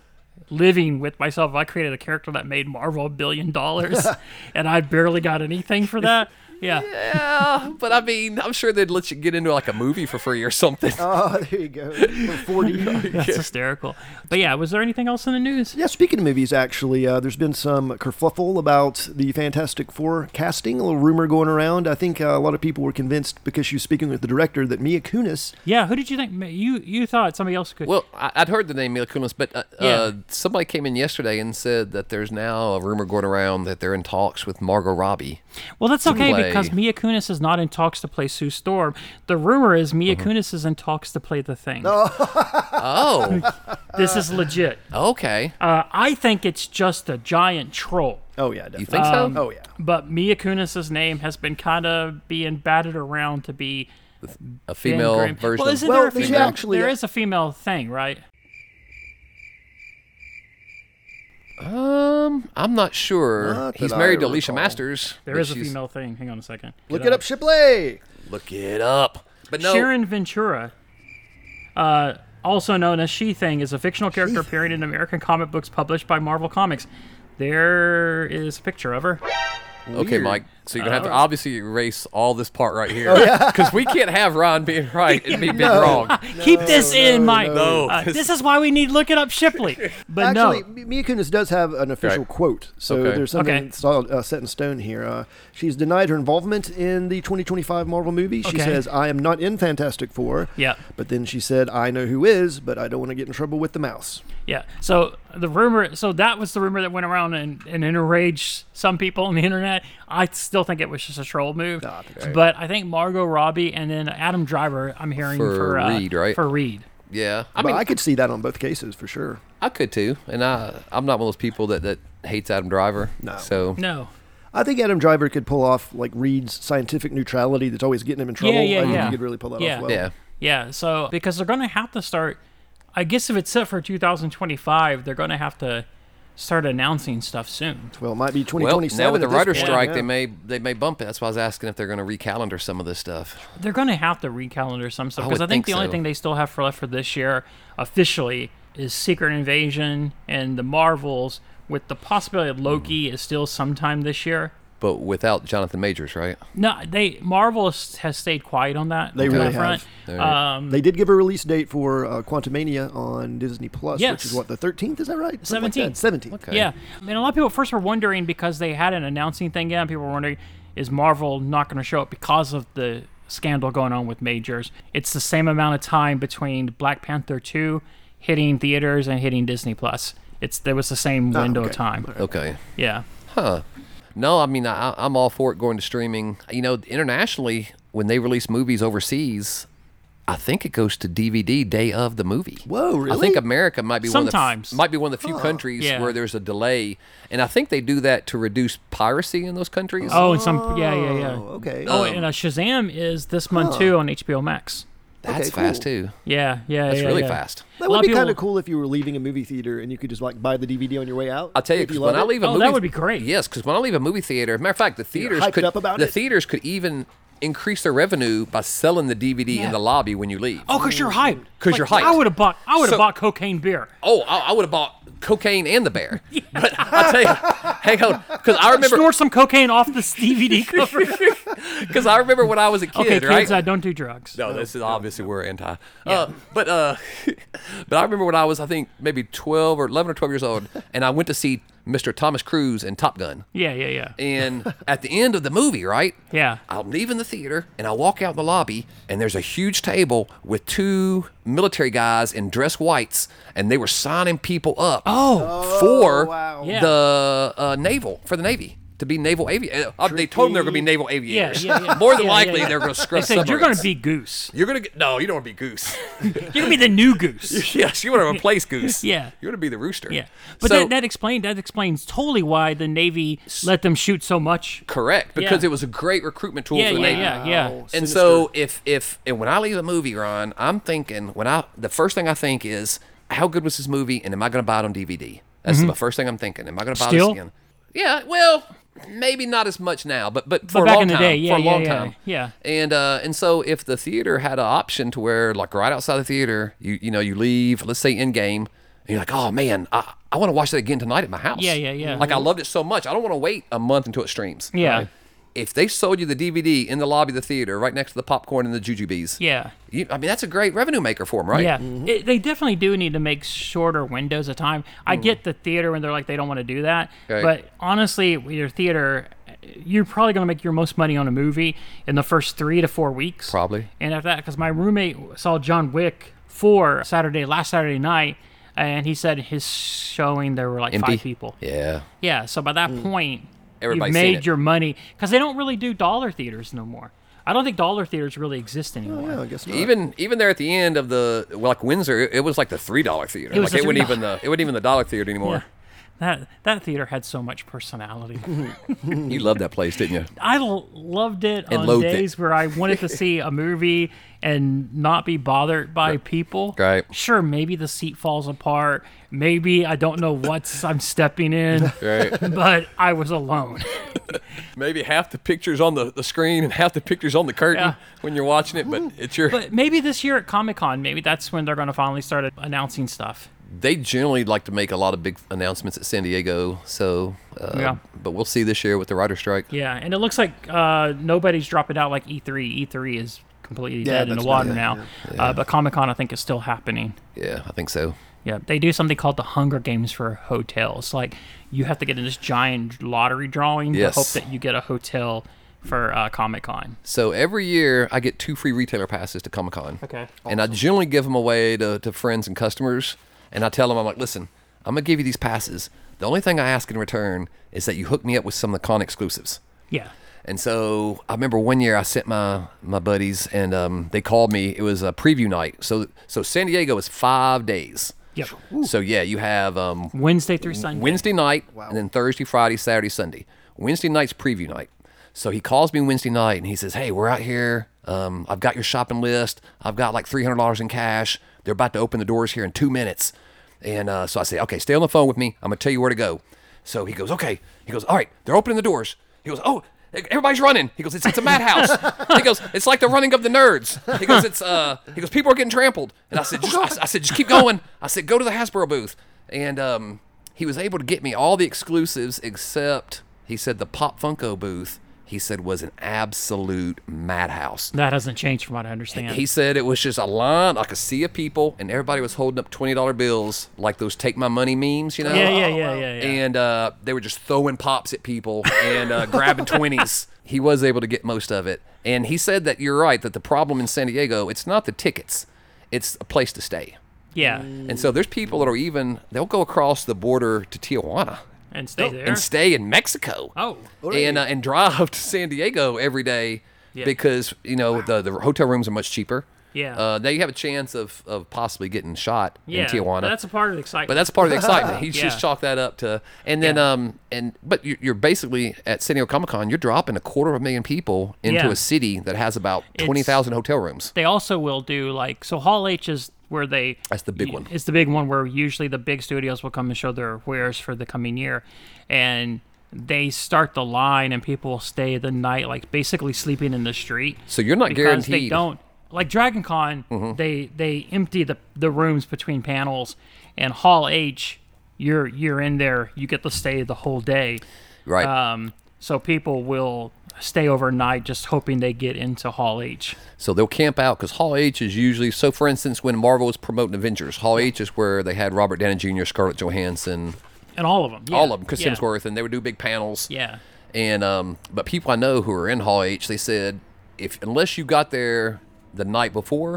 S2: living with myself if I created a character that made Marvel a billion dollars and I barely got anything for that. Yeah.
S3: Yeah, but I mean, I'm sure they'd let you get into like a movie for free or something.
S1: Oh, there you go. For 40.
S2: That's hysterical. But yeah, was there anything else in the news?
S1: yeah, speaking of movies, actually, uh, there's been some kerfluffle about the Fantastic Four casting. A little rumor going around. I think uh, a lot of people were convinced because she was speaking with the director that Mia Kunis.
S2: Yeah. Who did you think? You you thought somebody else could?
S3: Well, I- I'd heard the name Mila Kunis, but uh, uh,
S2: Yeah.
S3: somebody came in yesterday and said that there's now a rumor going around that they're in talks with Margot Robbie.
S2: Well, that's okay
S3: play.
S2: because Mia Kunis is not in talks to play Sue Storm. The rumor is
S3: Uh-huh.
S2: Mia Kunis is in talks to play the Thing.
S3: Oh,
S2: This
S1: uh,
S2: is legit.
S3: okay.
S2: Uh, I think it's just a giant troll.
S1: Oh yeah, definitely.
S3: You think so?
S2: Um,
S1: oh yeah.
S2: But Mia Kunis's name has been kind of being batted around to be
S3: A
S2: Ben
S3: female
S2: Grimm.
S3: version.
S2: Well,
S3: of-
S2: isn't
S1: Well,
S2: there a
S1: there's
S2: female?
S1: actually-
S2: there is a female thing, right?
S3: um, I'm not sure.
S1: Not that
S3: He's
S1: I
S3: married to Alicia
S1: recall.
S3: Masters.
S2: There
S3: but
S2: is a
S3: she's-
S2: female thing. Hang on a second. Get
S1: Look it up, Shipley.
S3: Look it up. But no,
S2: Sharon Ventura, uh, also known as She Thing, is a fictional character appearing in American comic books published by Marvel Comics. There is a picture of her.
S3: Okay,
S1: Weird.
S3: Mike. So you're gonna have to obviously erase all this part right here
S1: Oh,
S3: because we can't have Ron being right and me being wrong.
S2: Keep this in mind.
S3: no.
S2: Uh, this is why we need Look It Up Shipley. But
S1: Actually,
S2: no.
S1: M- Mia Kunis does have an official
S3: Right.
S1: quote, so
S3: Okay.
S1: there's something
S2: Okay.
S1: solid, uh, set in stone here. Uh, she's denied her involvement in the 2025 Marvel movie. She
S2: Okay.
S1: says, "I am not in Fantastic Four.
S2: Yeah.
S1: But then she said, "I know who is, but I don't want to get in trouble with the mouse."
S2: Yeah. So the rumor, so that was the rumor that went around and, and enraged some people on the internet. I still think it was just a troll move.
S1: I think so.
S2: But I think Margot Robbie and then Adam Driver, I'm hearing
S3: For
S2: for, uh,
S3: Reed, right?
S2: For Reed.
S3: Yeah, I
S1: but
S3: mean,
S1: I could see that on both cases for sure.
S3: I could too, and I I'm not one of those people that that hates Adam Driver.
S1: No.
S3: So
S2: No.
S1: I think Adam Driver could pull off like Reed's scientific neutrality that's always getting him in trouble.
S2: yeah,
S1: I think
S2: yeah.
S1: he could really pull that
S2: Yeah.
S1: off well.
S3: yeah,
S2: Yeah, so because they're going to have to start, I guess if it's set for 2025, they're going to have to start announcing stuff soon.
S1: Well, it might be
S3: well
S1: 2027.
S3: now with the
S1: at this
S3: writer's
S1: point,
S3: strike,
S1: yeah.
S3: they may they may bump it. That's why I was asking if they're going to recalendar some of this stuff.
S2: They're going to have to recalendar some stuff
S3: I
S2: because I,
S3: would
S2: think,
S3: think
S2: the only
S3: so.
S2: thing they still have for left for this year officially is Secret Invasion and the Marvels, with the possibility of Loki is still sometime this year.
S3: But without Jonathan Majors, right?
S2: No, they Marvel has has stayed quiet on that.
S1: They
S2: on
S1: really
S2: that front.
S3: have.
S2: Um,
S1: They did give a release date for uh, Quantumania on Disney Plus, which
S2: Yes.
S1: is what the 13th. Is that right?
S2: Seventeenth.
S1: Seventeenth.
S3: Okay.
S2: Yeah. I mean, a lot of people at first were wondering because they had an announcing thing down. People were wondering, is Marvel not going to show up because of the scandal going on with majors? It's the same amount of time between Black Panther 2 hitting theaters and hitting Disney Plus. It's there was the same window
S1: okay.
S2: of time.
S3: Ah, Okay.
S2: Yeah.
S3: No, I mean I, I'm all for it going to streaming. You know, internationally when they release movies overseas, I think it goes to DVD day of the movie.
S1: Whoa,
S3: I
S1: really?
S3: think America might be one of
S2: Sometimes.
S3: the, f- might be one of the few countries
S2: Yeah.
S3: where there's a delay, and I think they do that to reduce piracy in those countries.
S2: Oh, and some yeah, yeah, yeah.
S1: Oh, okay.
S2: Oh, and uh, Shazam is this month too on HBO Max.
S3: that's
S1: okay,
S3: fast
S1: cool.
S3: too.
S2: Yeah, yeah,
S3: That's
S2: yeah,
S3: really
S2: yeah.
S3: fast.
S1: that
S2: a lot
S1: would
S2: of
S1: be kind of
S2: people-
S1: cool if you were leaving a movie theater and you could just like buy the DVD on your way out.
S3: I'll tell you,
S1: if
S3: 'cause
S1: you
S3: when
S1: love
S3: I
S1: it.
S3: leave a
S2: Oh, that
S3: movie,
S2: would be great.
S3: Yes, because when I leave a movie theater, as a matter of fact, the theaters
S1: hyped
S3: could
S1: up about
S3: the
S1: it.
S3: theaters could even increase their revenue by selling the DVD
S2: Yeah.
S3: in the lobby when you leave.
S2: Oh, cause you're hyped.
S3: 'Cause you're
S2: I
S3: hyped.
S2: would have bought. I would have
S3: So-
S2: bought cocaine beer.
S3: Oh, I, I would have bought cocaine and the bear. But I'll tell you, hang on, because I remember
S2: Snort some cocaine off this DVD cover.
S3: because I remember when I was a kid,
S2: okay,
S3: right?
S2: kids, I don't do drugs.
S3: no, this is obviously we're anti. Uh, but uh, but I remember when I was, I think maybe twelve or eleven or twelve years old, and I went to see Mr. Thomas Cruise in Top Gun.
S2: Yeah, yeah, yeah.
S3: And at the end of the movie, right?
S2: Yeah.
S3: I'm leaving the theater and I walk out in the lobby and there's a huge table with two military guys in dress whites and they were signing people up
S2: Oh.
S3: for
S1: wow.
S2: Yeah.
S3: the uh, naval for the navy to be naval aviator. they told them they were going to be naval aviators.
S2: yeah, yeah.
S3: More than
S2: Yeah, yeah,
S3: likely
S2: yeah.
S3: they're going to
S2: They
S3: scrub
S2: said you're going
S3: submarines."
S2: to be Goose.
S3: You're gonna get no. You don't want to be goose.
S2: You're going to be the new Goose.
S3: yes, you want to replace goose.
S2: Yeah.
S3: you want to be the rooster.
S2: Yeah, but
S3: So-
S2: that, that explained that explains totally why the Navy let them shoot so much.
S3: correct because
S2: Yeah.
S3: it was a great recruitment tool
S2: Yeah,
S3: for the
S2: yeah,
S3: navy.
S2: yeah, yeah.
S1: Wow.
S3: And so if if and when I leave a movie, Ron, I'm thinking when I the first thing I think is how good was this movie, and am I going to buy it on DVD? That's the first thing I'm thinking. Am I going to buy
S2: Mm-hmm. Still?
S3: this again? Yeah. Well, maybe not as much now, but but for a
S2: back
S3: long
S2: in the
S3: time,
S2: day, yeah,
S3: for a
S2: yeah,
S3: long
S2: yeah,
S3: time,
S2: yeah.
S3: And uh, and so if the theater had an option to where like right outside the theater, you you know you leave, let's say in game. And you're like, oh man, I, I want to watch that again tonight at my house.
S2: Yeah, yeah, yeah.
S3: Like I loved it so much, I don't want to wait a month until it streams.
S2: Yeah.
S3: If they sold you the DVD in the lobby of the theater, right next to the popcorn and the jujubes,
S2: Yeah,
S3: you, I mean that's a great revenue maker for them, right? Mm-hmm.
S2: yeah. It, they definitely do need to make shorter windows of time. I get the theater when they're like they don't want to do that,
S3: Mm-hmm. Okay.
S2: but honestly, with your theater, you're probably going to make your most money on a movie in the first three to four weeks.
S3: Probably.
S2: And after that, because my roommate saw John Wick four Saturday last Saturday night, and he said his showing there were like
S3: Empty.
S2: five people.
S3: Yeah.
S2: Yeah, so by that point,
S3: Everybody's
S2: you've
S3: seen
S2: made
S3: it.
S2: your money because they don't really do dollar theaters no more. I don't think dollar theaters really exist anymore.
S1: Yeah, I guess not.
S3: Even even there at the end of the well, like Windsor, it, it was like the three dollar theater.
S2: It was
S3: like
S2: the
S3: it wasn't
S2: $3.
S3: even the it wasn't even the dollar theater anymore.
S2: That that theater had so much personality.
S3: You loved that place, didn't you?
S2: I l- loved it
S3: And
S2: on
S3: loathed it.
S2: days where I wanted to see a movie and not be bothered by people.
S3: Right.
S2: Sure, maybe the seat falls apart. Maybe I don't know what's I'm stepping in.
S3: Right.
S2: But I was alone.
S3: Maybe half the pictures on the, the screen and half the pictures on the curtain
S2: Yeah.
S3: when you're watching it, but it's your
S2: But maybe this year at Comic Con, maybe that's when they're going to finally start announcing stuff.
S3: they generally like to make a lot of big announcements at San Diego, so uh,
S2: Yeah.
S3: but we'll see this year with the writer strike.
S2: Yeah, and it looks like uh, nobody's dropping out like E E3. E3 is completely
S1: Yeah,
S2: dead in the
S1: that's
S2: water
S1: not-
S2: now. Uh, but Comic Con, I think, is still happening.
S3: Yeah, I think so.
S2: Yeah, they do something called the Hunger Games for hotels. Like you have to get in this giant lottery drawing
S3: Yes.
S2: to hope that you get a hotel for uh, Comic Con.
S3: So every year I get two free retailer passes to Comic Con.
S2: Okay.
S3: And I generally give them away to, to friends and customers. And I tell them, I'm like, listen, I'm going to give you these passes. The only thing I ask in return is that you hook me up with some of the con exclusives.
S2: Yeah.
S3: And so I remember one year I sent my my buddies and um, they called me. It was a preview night. So so San Diego is five days.
S2: Yep.
S3: So yeah, you have um,
S2: Wednesday through Sunday.
S3: Wednesday night, and then Thursday, Friday, Saturday, Sunday. Wednesday night's preview night. So he calls me Wednesday night and he says, "Hey, we're out here. Um, I've got your shopping list. I've got like three hundred dollars in cash. They're about to open the doors here in two minutes." And uh, so I say, "Okay, stay on the phone with me. I'm gonna tell you where to go." So he goes, "Okay." He goes, "All right, they're opening the doors." He goes, "Oh." Everybody's running. He goes, it's, it's a madhouse. he goes, it's like the running of the nerds. He goes, it's uh, he goes, people are getting trampled. And I said, just, I, I said, just keep going. I said, go to the Hasbro booth. And um, he was able to get me all the exclusives except he said the Pop Funko booth. He said was an absolute madhouse.
S2: That hasn't changed from what I understand.
S3: He said it was just a line, like a sea of people, and everybody was holding up twenty dollar bills, like those "take my money" memes, you know?
S2: yeah, yeah, yeah, yeah, yeah.
S3: And uh, they were just throwing pops at people and uh, grabbing twenties. He was able to get most of it, and he said that you're right that the problem in San Diego it's not the tickets, it's a place to stay.
S2: yeah.
S3: And
S2: Mm.
S3: so there's people that are even they'll go across the border to Tijuana
S2: And stay there.
S3: Oh, and stay in Mexico.
S2: oh.
S3: And, uh, and drive to San Diego every day
S2: Yeah.
S3: because you know the, the hotel rooms are much cheaper.
S2: Yeah.
S3: Uh, now you have a chance of, of possibly getting shot
S2: Yeah.
S3: in Tijuana.
S2: That's a part of the excitement.
S3: but that's part of the excitement. He
S2: Yeah.
S3: just chalked that up to, and then um and but you- you're basically at San Diego Comic Con, you're dropping a quarter of a million people into
S2: Yeah.
S3: a city that has about twenty thousand hotel rooms.
S2: they also will do like so hall h is where they
S3: That's the big one.
S2: it's the big one where usually the big studios will come and show their wares for the coming year and they start the line and people will stay the night like basically sleeping in the street
S3: So you're not
S2: because they
S3: guaranteed. Mm-hmm.
S2: don't like dragon con they they empty the the rooms between panels and hall h you're you're in there you get to stay the whole day
S3: Right.
S2: um so people will stay overnight just hoping they get into hall h
S3: So they'll camp out because Hall H is usually so. For instance, when Marvel was promoting Avengers, Hall H is where they had Robert Downey Jr., Scarlett Johansson,
S2: and all of them
S3: all of them, Chris
S2: yeah.
S3: Hemsworth, and they would do big panels.
S2: Yeah.
S3: And um, but people I know who are in Hall H, they said if unless you got there the night before,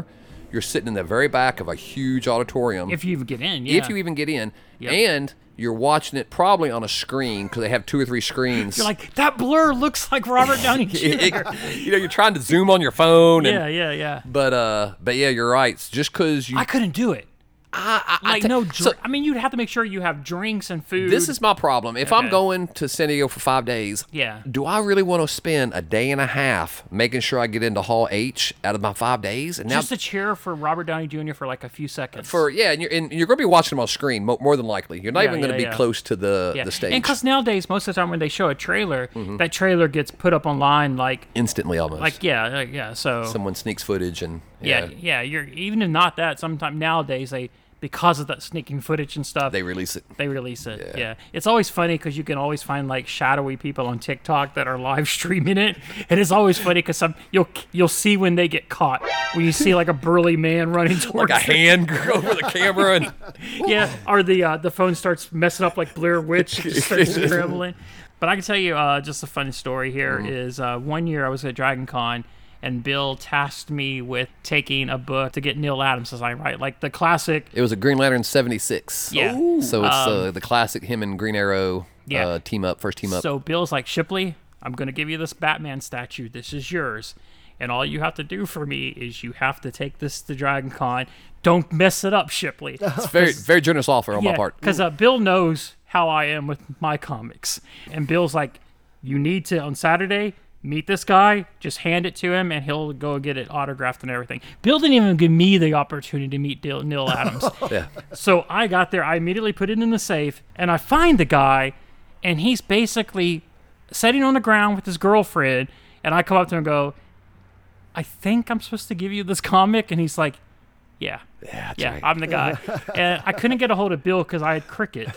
S3: you're sitting in the very back of a huge auditorium.
S2: If you even get in, yeah.
S3: if you even get in,
S2: Yep.
S3: and you're watching it probably on a screen because they have two or three screens.
S2: are like that blur looks like Robert Downey Jr.
S3: It- it- you know, you're trying to zoom on your phone. And,
S2: yeah, yeah, yeah.
S3: But uh, but yeah, you're right. Just because you
S2: I couldn't do it. I, like no, dr-
S3: so-
S2: I mean you'd have to make sure you have drinks and food.
S3: This is my problem. If I'm
S2: Okay.
S3: going to San Diego for five days,
S2: Yeah.
S3: do I really want to spend a day and a half making sure I get into Hall H out of my five days? And now,
S2: just a cheer for Robert Downey Jr. for like a few seconds.
S3: for yeah, and you're, and you're going to be watching them on screen mo- more than likely. You're not
S2: Yeah,
S3: even going to
S2: yeah,
S3: be
S2: yeah.
S3: close to the
S2: yeah.
S3: the stage Mm-hmm.
S2: And because nowadays most of the time when they show a trailer, that trailer gets put up online like
S3: instantly almost.
S2: like yeah like, yeah. So
S3: someone sneaks footage and
S2: yeah, yeah You're even if not that. Sometimes nowadays they because of that sneaking footage and stuff
S3: they release it.
S2: they release it. Yeah. It's always funny because you can always find like shadowy people on TikTok that are live streaming it, and it's always funny because some you'll you'll see when they get caught when you see like a burly man running towards
S3: Like a
S2: it.
S3: hand over the camera and
S2: yeah, or the uh, the phone starts messing up like Blair Witch, it starts
S3: Mm.
S2: scrambling. But I can tell you uh, just a funny story here is uh, one year I was at Dragon Con and Bill tasked me with taking a book to get Neil Adams as I write, like the classic.
S3: It was a Green Lantern '76.
S2: Yeah. Um,
S3: So it's uh, the classic him and Green Arrow
S2: Yeah.
S3: uh, team up, first team up.
S2: So Bill's like, Shipley, I'm going to give you this Batman statue. This is yours. And all you have to do for me is you have to take this to Dragon Con. Don't mess it up, Shipley.
S3: it's very very generous offer on my part.
S2: Because uh, Bill knows how I am with my comics. And Bill's like, you need to, on Saturday, meet this guy, just hand it to him, and he'll go get it autographed and everything. Bill didn't even give me the opportunity to meet Dil- Neil Adams.
S3: Yeah.
S2: So I got there, I immediately put it in the safe, and I find the guy, and he's basically sitting on the ground with his girlfriend, and I come up to him and go, I think I'm supposed to give you this comic, and he's like, Yeah, yeah,
S3: right.
S2: I'm the guy, and I couldn't get a hold of Bill because I had Cricket.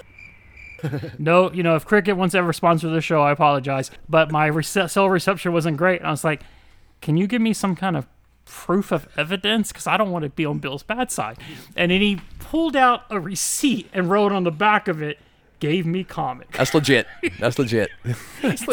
S2: No, you know, if Cricket wants to ever sponsor the show, I apologize, but my rece- cell reception wasn't great, and I was like, Can you give me some kind of proof of evidence because I don't want to be on Bill's bad side. And then he pulled out a receipt and wrote on the back of it, gave me comic.
S3: That's legit. That's legit.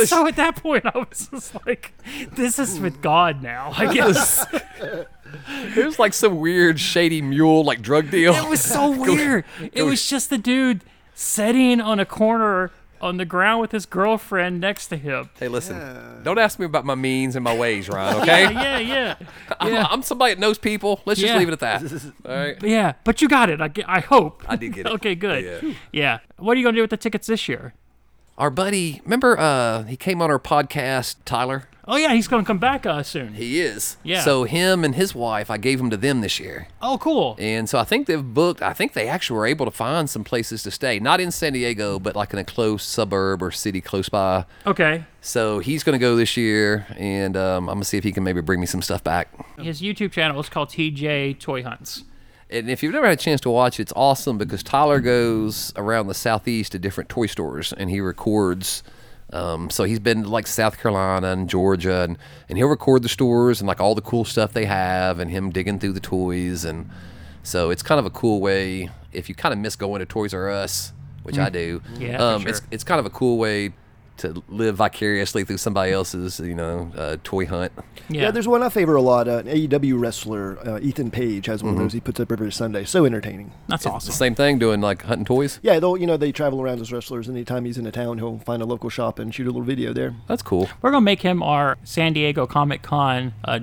S2: So at that point, I was just like, this is with God now, I guess.
S3: It was like some weird shady mule like drug deal.
S2: It was so weird. It was just the dude sitting on a corner on the ground with his girlfriend next to him.
S3: hey, listen. Don't ask me about my means and my ways, Ryan. Okay.
S2: Yeah, yeah,
S3: I'm, I'm somebody that knows people. Let's just
S2: Yeah.
S3: leave it at that. All right.
S2: yeah. But you got it. I, ge- I hope.
S3: I did get it.
S2: okay, good.
S3: Yeah.
S2: Yeah. What are you gonna do with the tickets this year?
S3: Our buddy, remember uh he came on our podcast, Tyler?
S2: Oh yeah, he's gonna come back uh, soon.
S3: He is.
S2: Yeah.
S3: So him and his wife, I gave them to them this year.
S2: Oh, cool.
S3: And so I think they've booked, I think they actually were able to find some places to stay. Not in San Diego, but like in a close suburb or city close by.
S2: Okay.
S3: So he's going to go this year, and um, I'm going to see if he can maybe bring me some stuff back.
S2: His YouTube channel is called TJ Toy Hunts.
S3: And if you've never had a chance to watch, it, it's awesome because Tyler goes around the southeast to different toy stores and he records. Um, so he's been to like South Carolina and Georgia, and, and he'll record the stores and like all the cool stuff they have, and him digging through the toys. And so it's kind of a cool way if you kind of miss going to Toys R Us, which I do.
S2: Mm. Yeah, for
S3: um,
S2: sure.
S3: it's it's kind of a cool way to live vicariously through somebody else's you know uh, toy hunt.
S1: Yeah. there's one I favor a lot. Uh, an AEW wrestler, uh, Ethan Page, has
S3: Mm-hmm.
S1: one of those he puts up every Sunday. So entertaining.
S2: that's awesome.
S3: Same thing doing like hunting toys.
S1: Yeah, they'll you know they travel around as wrestlers. and Anytime he's in a town, he'll find a local shop and shoot a little video there.
S3: That's cool.
S2: We're gonna make him our San Diego Comic Con. Uh,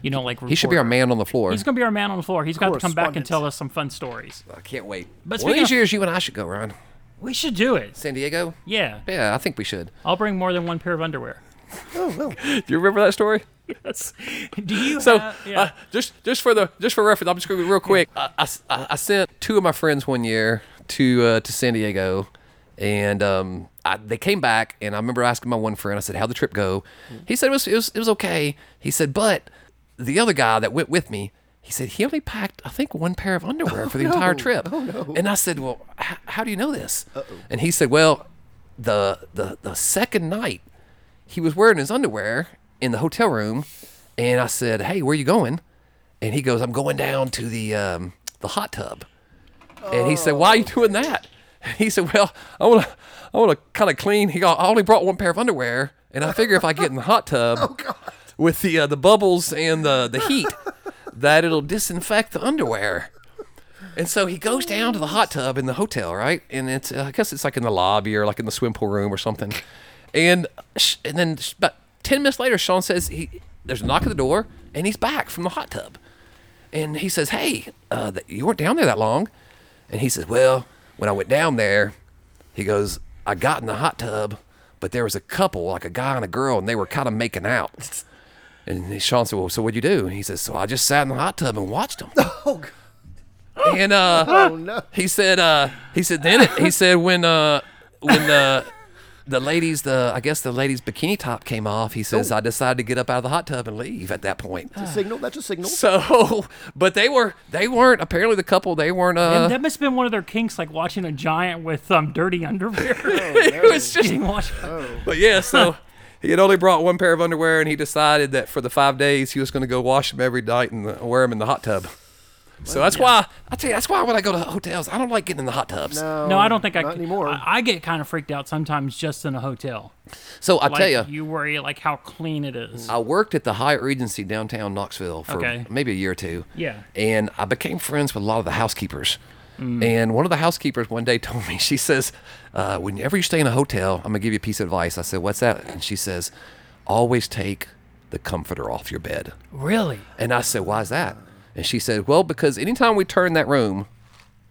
S2: you know, like
S3: He should be our
S2: reporter.
S3: man on the floor.
S2: He's gonna be our man on the floor. He's got to come back and
S1: Correspondent.
S2: tell us some fun stories.
S3: I can't wait.
S2: But
S3: One of
S2: speaking
S3: these
S2: of-
S3: years, you and I should go, Ron.
S2: We should do it.
S3: San Diego?
S2: Yeah,
S3: Yeah, I think we should.
S2: I'll bring more than one pair of underwear.
S1: Oh well,
S3: Do you remember that story?
S2: Yes. Do you?
S3: So,
S2: have- yeah.
S3: uh, just just for the just for reference, I'm just going to be real quick. I- I, s- I- I sent two of my friends one year to uh, to San Diego, and um, I, they came back, and I remember asking my one friend, I said, "How'd the trip go?" He said it was, it was it was okay. He said, but the other guy that went with me. He said he only packed, I think, one pair of underwear for the entire trip. Oh, no. And I said, "Well, h- how do you know this?" And he said, "Well, the the the second night, he was wearing his underwear in the hotel room, and I said, "Hey, where you going?" And he goes, "I'm going down to the um, the hot tub." And he said, "Why are you doing that?" And he said, "Well, I want to I want to kind of clean." He go, "I only brought one pair of underwear, and I figure if I get in the hot tub with the uh, the bubbles and the the heat, that it'll disinfect the underwear." And so he goes down to the hot tub in the hotel, right? And it's uh, I guess it's like in the lobby or like in the swim pool room or something. And sh- and then sh- about ten minutes later, Sean says he there's a knock at the door, and he's back from the hot tub. And he says, "Hey, uh, th- you weren't down there that long." And he says, "Well, when I went down there, he goes, I got in the hot tub, but there was a couple, like a guy and a girl, and they were kind of making out." And Sean said, "Well, so what'd you do?" And he says, "So I just sat in the hot tub and watched them." and uh, he said, uh, he said, then it, he said when uh, when the the ladies, the I guess the ladies' bikini top came off, he says, I decided to get up out of the hot tub and leave at that point.
S1: signal. That's a signal.
S3: So, but they were they weren't apparently the couple. They weren't. Uh,
S2: that must have been one of their kinks, like watching a giant with um, dirty underwear.
S3: it was just.
S2: Getting washed.
S3: But yeah, so. He had only brought one pair of underwear, and he decided that for the five days he was going to go wash them every night and uh, wear them in the hot tub. So that's why I tell you that's why when I go to hotels, I don't like getting in the hot tubs.
S1: No,
S2: No, I don't think I
S1: not
S2: c-
S1: anymore.
S2: I, I get kind of freaked out sometimes just in a hotel.
S3: So I
S2: Like,
S3: tell you,
S2: you worry like how clean it is.
S3: I worked at the Hyatt Regency downtown Knoxville for
S2: Okay.
S3: maybe a year or two.
S2: Yeah. Mm.
S3: And I became friends with a lot of the housekeepers. And one of the housekeepers one day told me, she says, uh, whenever you stay in a hotel, I'm going to give you a piece of advice. I said, what's that? And she says, always take the comforter off your bed.
S2: Really?
S3: And I said, why is that? And she said, well, because anytime we turn that room,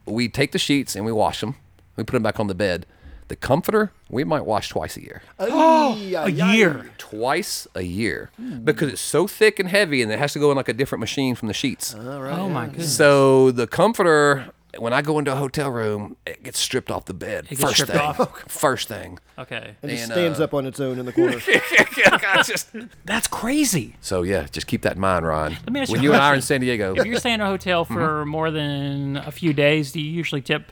S3: we take the sheets and we wash them. We put them back on the bed. The comforter, we might wash twice a year
S1: Oh,
S2: A year.
S3: twice a year because it's so thick and heavy and it has to go in like a different machine from the sheets.
S2: Oh my goodness.
S3: So the comforter, when I go into a hotel room, it gets stripped off the bed.
S2: gets
S3: first
S2: stripped
S3: thing.
S2: off.
S3: First thing.
S2: Okay.
S1: It just
S3: And,
S1: stands
S3: uh,
S1: up on its own in the corner.
S3: I just-
S2: That's crazy.
S3: so yeah, just keep that in mind, Ron.
S2: Let me ask you
S3: when
S2: a
S3: you and I are in
S2: question.
S3: San Diego,
S2: If you're staying in a hotel for
S3: Mm-hmm.
S2: more than a few days, do you usually tip?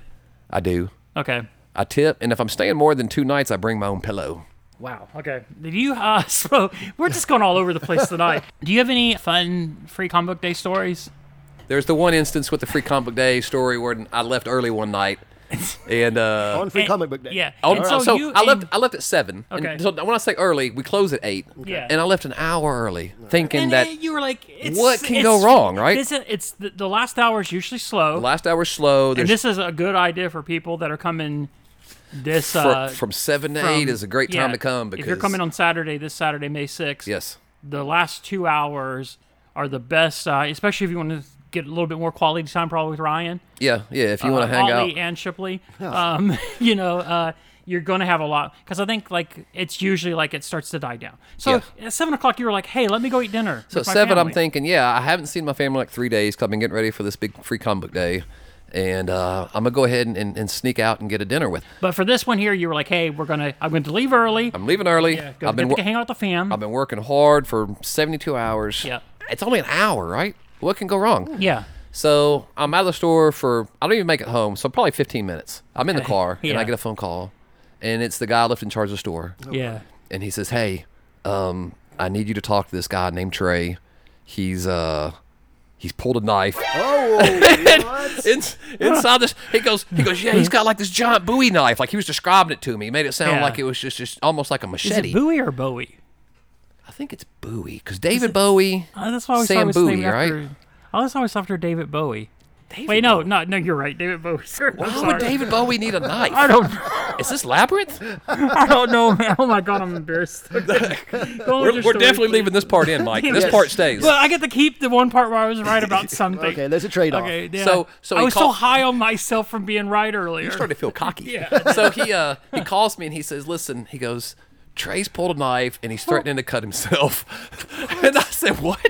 S3: I do.
S2: Okay.
S3: I tip, and if I'm staying more than two nights, I bring my own pillow.
S2: Wow. Okay. Did you uh so we're just going all over the place tonight. Do you have any fun free comic book day stories?
S3: There's the one instance with the free comic book day story where I left early one night, and uh,
S1: on free
S2: And-
S1: comic book day.
S2: Yeah.
S3: Oh,
S2: And
S3: so, I
S2: and-
S3: left. I left at seven. And
S2: Okay.
S3: so when I say early, we close at eight.
S2: Yeah.
S3: And I left an hour early, thinking
S2: and,
S3: that
S2: uh, you were like, it's,
S3: What can
S2: it's-
S3: go wrong, right?
S2: It's, it's the, the last hour is usually slow,
S3: the last hour's slow.
S2: and
S3: There's
S2: this is a good idea for people that are coming. This
S3: fr-
S2: uh,
S3: from seven to
S2: from-
S3: eight is a great time
S2: yeah,
S3: to come because
S2: if you're coming on Saturday, this Saturday, May sixth,
S3: Yes.
S2: the last two hours are the best, uh, especially if you want to get a little bit more quality time, probably with Ryan.
S3: Yeah. Yeah. If you want
S2: uh,
S3: to hang
S2: Ollie
S3: out.
S2: and Shipley. Um, you know, uh, you're going to have a lot because I think like it's usually like it starts to die down. So at seven o'clock, you were like, "Hey, let me go eat dinner."
S3: So at
S2: with my
S3: seven, I'm
S2: family."
S3: thinking, yeah, I haven't seen my family in like three days. 'cause I've been getting ready for this big free comic book day, and uh, I'm gonna go ahead and, and, and sneak out and get a dinner with.
S2: But for this one here, you were like, "Hey, we're gonna I'm going to leave early.
S3: I'm leaving early.
S2: yeah, go
S3: I've been
S2: get
S3: wor-
S2: to hang out with the fam."
S3: I've been working hard for 72 hours.
S2: Yeah.
S3: It's only an hour, right? What can go wrong?
S2: yeah,
S3: So I'm out of the store for I don't even make it home, so probably 15 minutes. I'm in the car and
S2: Yeah.
S3: I get a phone call, and it's the guy left in charge of the store,
S2: yeah.
S3: and he says, "Hey, um, I need you to talk to this guy named Trey. He's uh, he's pulled a knife."
S1: Oh, what?
S3: In, inside this, he goes. He goes. Yeah, he's got like this giant Bowie knife. Like he was describing it to me. He made it sound
S2: Yeah.
S3: like it was just, just almost like a
S2: Is
S3: machete.
S2: it Bowie or Bowie?
S3: I think it's Bowie because David Bowie.
S2: Uh, that's why I always thought
S3: Sam
S2: it was
S3: Bowie,
S2: named
S3: right?
S2: after. I always thought it was after David Bowie. Wait, no, no, no. You're right, David Bowie. Sir, I'm
S3: Why
S2: sorry.
S3: would David Bowie need a knife?
S2: I don't.
S3: Is this labyrinth?
S2: I don't know, man. Oh my god, I'm embarrassed.
S3: We're, we're definitely leaving this part in, Mike. This
S2: Yes.
S3: part stays.
S2: Well, I get to keep the one part where I was right about something.
S1: Okay, there's a trade-off.
S2: Okay, yeah.
S3: So- so
S2: I
S3: he
S2: was so
S3: called-
S2: high on myself from being right earlier.
S3: I'm starting to feel cocky. So he uh, he calls me and he says, "Listen," he goes, "Trey's pulled a knife and he's threatening to cut himself." and I said, "What?"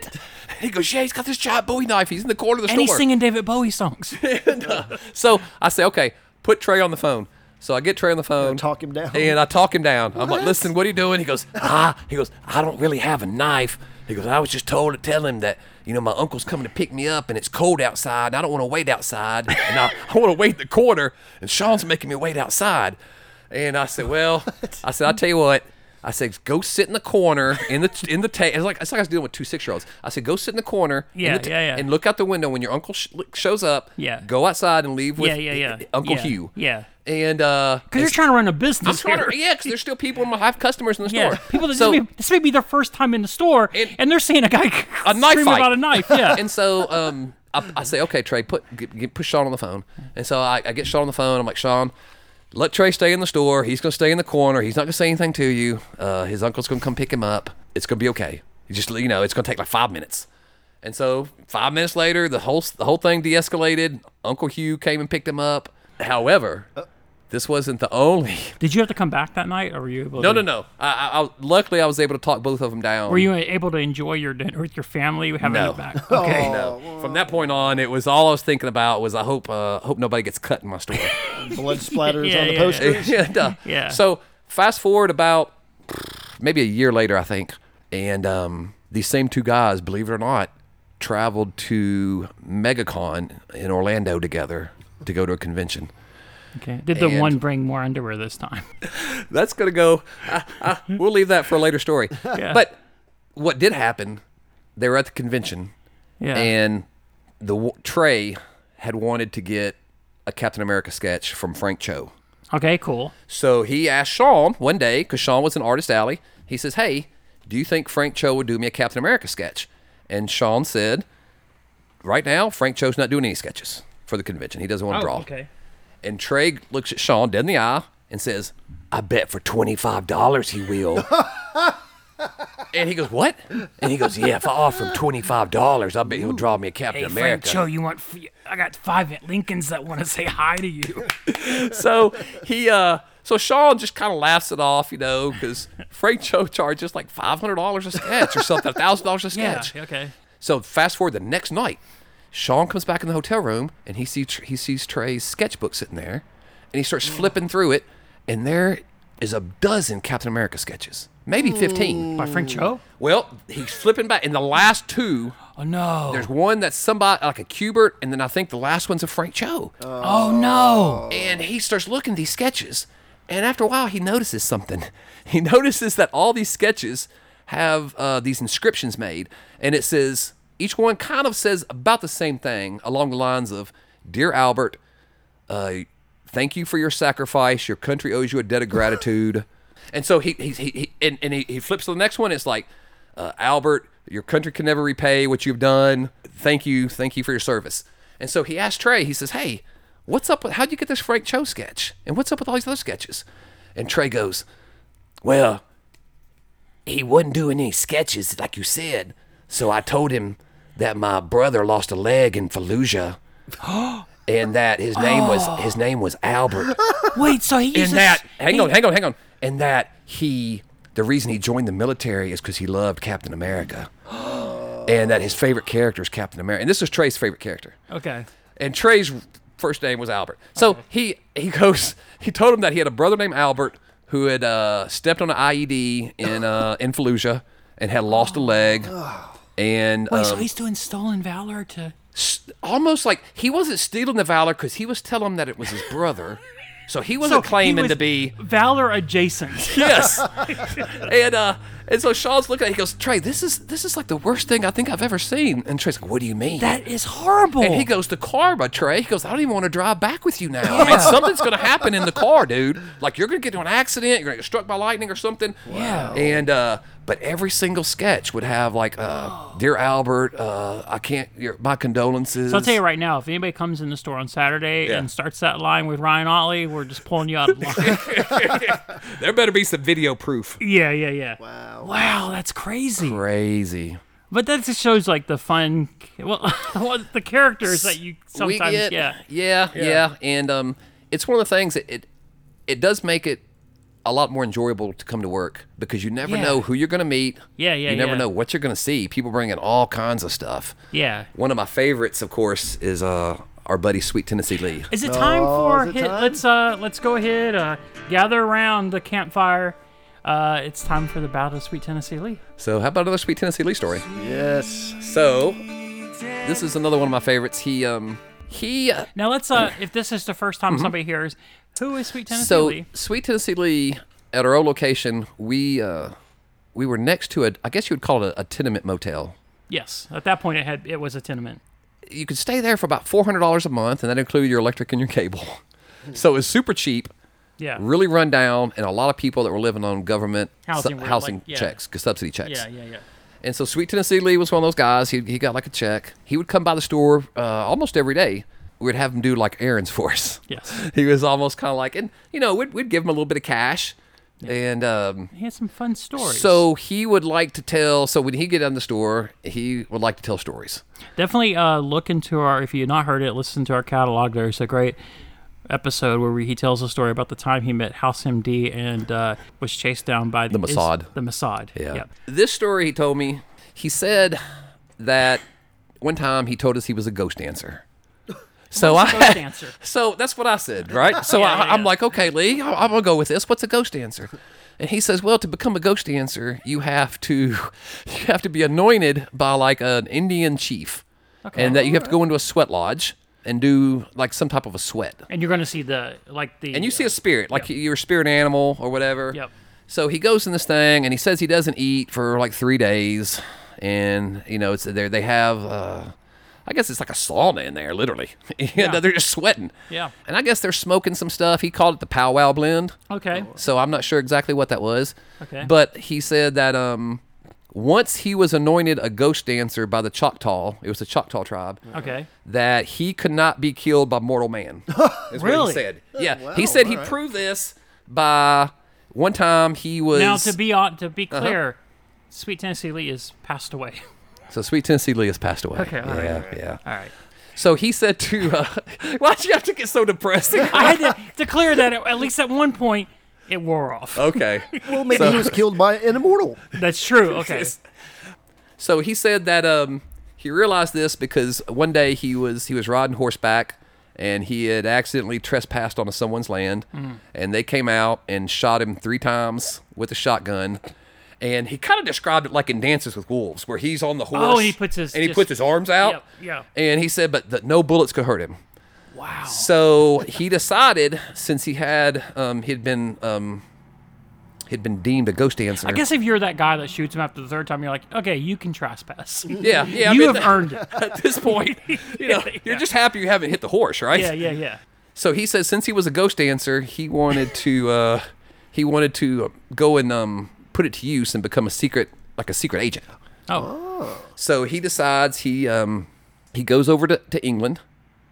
S3: And he goes, "Yeah, he's got this giant Bowie knife. He's in the corner of the
S2: and he's
S3: store."
S2: singing David Bowie songs.
S3: so I say, "Okay, put Trey on the phone." So I get Trey on the phone.
S1: talk him down.
S3: And I talk him down. I'm like, "Listen, what are you doing?" He goes, "Ah," he goes, "I don't really have a knife." He goes, "I was just told to tell him that." You know, my uncle's coming to pick me up, and it's cold outside. And I don't want to wait outside, and I, I want to wait in the corner. And Sean's making me wait outside. And I said, "Well," I said, "I tell you what." I said, "Go sit in the corner in the in the ta- It's like it's like I was dealing with two six year olds. I said, "Go sit in the corner, in
S2: Yeah,
S3: the ta-
S2: yeah, yeah.
S3: and look out the window when your uncle sh- shows up.
S2: Yeah.
S3: go outside and leave with
S2: yeah, yeah, yeah.
S3: Uncle
S2: yeah,
S3: Hugh.
S2: Yeah.
S3: and uh,
S2: Because you're trying to run a business
S3: I'm trying
S2: here.
S3: to, yeah, because there's still people in my, I have customers in the
S2: Yeah,
S3: store.
S2: people that
S3: so,
S2: this, may, this may be their first time in the store,
S3: And-
S2: and they're seeing a guy
S3: A knife
S2: scream
S3: fight.
S2: about a knife. Yeah,
S3: and so um, I, I say, okay, Trey, put get, get, put Sean on the phone. And so I, I get Sean on the phone. I'm like, Sean, let Trey stay in the store. He's gonna stay in the corner. He's not gonna say anything to you. Uh, his uncle's gonna come pick him up. It's gonna be okay. You just you know, it's gonna take like five minutes. And so five minutes later, the whole the whole thing de-escalated. Uncle Hugh came and picked him up. However, this wasn't the only.
S2: did you have to come back that night, or were you able?
S3: No,
S2: to,
S3: no, no. I, I, I luckily I was able to talk both of them down.
S2: Were you able to enjoy your dinner with your family? Having
S3: No.
S2: it back.
S3: Oh,
S2: Okay.
S3: No. From that point on, it was all I was thinking about was I hope uh, hope nobody gets cut in my store.
S1: Blood splatters
S2: Yeah,
S1: on the
S2: yeah,
S1: poster.
S3: and, uh,
S2: Yeah.
S3: So fast forward about maybe a year later, I think, and um, these same two guys, believe it or not, traveled to MegaCon in Orlando together to go to a convention.
S2: Okay. Did the
S3: And-
S2: one bring more underwear this time?
S3: That's gonna go. I, I, we'll leave that for a later story.
S2: Uh-huh.
S3: But what did happen? They were at the convention.
S2: Yeah.
S3: and the w- Trey had wanted to get a Captain America sketch from Frank Cho.
S2: Okay, cool.
S3: So he asked Sean one day, because Sean was an artist alley. He says, "Hey, do you think Frank Cho would do me a Captain America sketch?" And Sean said, "Right now, Frank Cho's not doing any sketches for the convention. He doesn't want to
S2: Oh,
S3: draw."
S2: okay.
S3: And Trey looks at Sean dead in the eye and says, I bet for $25 he will. and he goes, What? And he goes, Yeah, if I offer him $25, I bet he'll draw me a Captain
S2: Hey, Frank
S3: America.
S2: Cho, you want? F- I got five at Lincoln's that want to say hi to you.
S3: so he, uh, so Sean just kind of laughs it off, you know, because Frank Cho charges like $500 a sketch or something, $1,000 a
S2: yeah.
S3: sketch.
S2: Okay.
S3: So fast forward the next night, Sean comes back in the hotel room and he sees he sees Trey's sketchbook sitting there, and he starts flipping through it, and there is a dozen Captain America sketches, maybe fifteen.
S2: By Frank Cho?
S3: Well, he's flipping back, and the last two,
S2: Oh no.
S3: there's one that's somebody like a Cubert, and then I think the last one's a Frank Cho,
S2: oh no.
S3: and he starts looking at these sketches, and after a while he notices something. He notices that all these sketches have uh, these inscriptions made, and it says each one kind of says about the same thing along the lines of "Dear Albert, uh, thank you for your sacrifice. Your country owes you a debt of gratitude." and so he he, he, he and, and he, he flips to the next one. It's like uh, Albert, your country can never repay what you've done. Thank you, thank you for your service. And so he asked Trey. He says, "Hey, what's up with how'd you get this Frank Cho sketch? And what's up with all these other sketches?" And Trey goes, "Well, he wasn't doing any sketches like you said. So I told him that my brother lost a leg in Fallujah." And that his name
S2: Oh.
S3: was his name was Albert.
S2: Wait. So he uses
S3: And that hang
S2: he-
S3: on, hang on, hang on. And that he the reason he joined the military is because he loved Captain America. And that his favorite character is Captain America. And this was Trey's favorite character
S2: Okay.
S3: and Trey's first name was Albert. So he he goes he told him that he had a brother named Albert who had uh, stepped on an IED in uh, in Fallujah and had lost a leg. And
S2: Wait.
S3: um,
S2: so he's doing stolen valor to.
S3: s- almost like he wasn't stealing the valor because he was telling him that it was his brother, so he wasn't
S2: he
S3: claiming
S2: was
S3: to be
S2: valor adjacent.
S3: yes. and uh, and so Sean's looking at it, he goes Trey, this is this is like the worst thing I think I've ever seen. And Trey's like, what do you mean?
S2: that Oh. is horrible.
S3: And he goes, the car, by Trey. He goes, I don't even want to drive back with you now. I mean, something's going to happen in the car, dude. Like you're going to get into an accident. You're going to get struck by lightning or something.
S2: Yeah.
S3: And uh, but every single sketch would have like, uh, dear Albert, uh, I can't. Your, my condolences.
S2: So I'll tell you right now, if anybody comes in the store on Saturday
S3: Yeah.
S2: and starts that line with Ryan Otley, we're just pulling you out of line.
S3: there better be some video proof.
S2: yeah, yeah, yeah. Wow. Wow, that's crazy.
S3: Crazy.
S2: But that just shows like the fun, well, what the characters that you
S3: We
S2: sometimes,
S3: get-
S2: yeah.
S3: yeah, yeah, and um, it's one of the things that it it does make it a lot more enjoyable to come to work because you never
S2: Yeah.
S3: know who you're going to meet.
S2: Yeah, yeah,
S3: You never
S2: yeah.
S3: know what you're going to see. People bring in all kinds of stuff.
S2: Yeah.
S3: One of my favorites, of course, is uh our buddy Sweet Tennessee Lee.
S2: Is it time for
S1: is it
S2: hit,
S1: time?
S2: let's uh let's go ahead uh gather around the campfire. Uh it's time for the Battle of Sweet Tennessee Lee.
S3: So, how about another Sweet Tennessee Lee story?
S1: Yes.
S3: So, this is another one of my favorites. He um he uh,
S2: Now let's uh if this is the first time somebody hears who is Sweet Tennessee
S3: so
S2: Lee?
S3: Sweet Tennessee Lee at our old location, we uh we were next to a I guess you would call it a, a tenement motel.
S2: Yes. At that point it had it was a tenement.
S3: you could stay there for about four hundred dollars a month, and that included your electric and your cable.
S2: Hmm.
S3: So it was super cheap,
S2: Yeah.
S3: really run down, and a lot of people that were living on government
S2: Housing
S3: su-
S2: were, like,
S3: housing
S2: yeah.
S3: checks, subsidy checks.
S2: Yeah, yeah, yeah.
S3: And so Sweet Tennessee Lee was one of those guys. He, he got like a check. He would come by the store uh, almost every day. We'd have him do like errands for us.
S2: Yes.
S3: He was almost kind of like, and you know, we'd, we'd give him a little bit of cash. And um,
S2: He had some fun stories.
S3: so he would like to tell. So when he get in the store, he would like to tell stories.
S2: definitely uh, look into our if you've not heard it listen to our catalog there's a great episode where we, he tells a story about the time he met house md and uh, was chased down by the,
S3: Mossad.
S2: the Mossad. Yep.
S3: This story he told me, he said that one time he told us he was a ghost dancer. So I,
S2: ghost dancer?
S3: so that's what I said, right? So I,
S2: yeah,
S3: I'm
S2: yeah.
S3: like, okay, Lee, I- I'm gonna go with this. What's a ghost dancer? And he says, well, to become a ghost dancer, you have to, you have to be anointed by like an Indian chief, and that you have to go into a sweat lodge and do like some type of a sweat.
S2: and you're gonna see the like the uh,
S3: And you see a spirit, like your spirit animal or whatever.
S2: Yep.
S3: So he goes in this thing, and he says he doesn't eat for like three days, and you know it's there. They have, uh, I guess it's like a sauna in there, literally. and
S2: Yeah.
S3: they're just sweating.
S2: Yeah.
S3: And I guess they're smoking some stuff. He called it the powwow blend.
S2: Okay.
S3: So I'm not sure exactly what that was.
S2: Okay.
S3: Oh. But he said that um, once he was anointed a ghost dancer by the Choctaw, it was the Choctaw tribe,
S2: Okay.
S3: that he could not be killed by mortal man. Is what
S2: Really?
S3: he said. Yeah. he said he proved this by one time he was. Uh-huh.
S2: Now to be on to be clear, Sweet Tennessee Lee is passed away.
S3: so Sweet Tennessee Lee has passed away.
S2: Okay, all right,
S3: yeah.
S2: all right.
S3: Yeah.
S2: All right.
S3: So he said to. Uh, Why'd you have to get so depressing?
S2: I had to declare that at, at least at one point it wore off.
S3: okay.
S1: Well, maybe he was killed by an immortal.
S2: That's true. Okay.
S3: So he said that um, he realized this because one day he was he was riding horseback and he had accidentally trespassed onto someone's land,
S2: Mm-hmm.
S3: and they came out and shot him three times with a shotgun. And he kind of described it like in Dances with Wolves, where he's on the horse.
S2: Oh, and he puts his-
S3: and he
S2: just-
S3: puts his arms out.
S2: Yep, yeah.
S3: And he said, but that no bullets could hurt him.
S2: Wow.
S3: So he decided, since he had um, he'd been um, he'd been deemed a ghost dancer.
S2: I guess if you're that guy that shoots him after the third time, you're like, okay, you can trespass.
S3: Yeah, yeah. I
S2: you
S3: mean-
S2: have earned it.
S3: at this point. You know, you're just happy you haven't hit the horse, right?
S2: Yeah, yeah, yeah.
S3: So he says since he was a ghost dancer, he wanted to uh, he wanted to go and um, put it to use and become a secret like a secret agent.
S2: Oh,
S3: So he decides he um, he goes over to, to England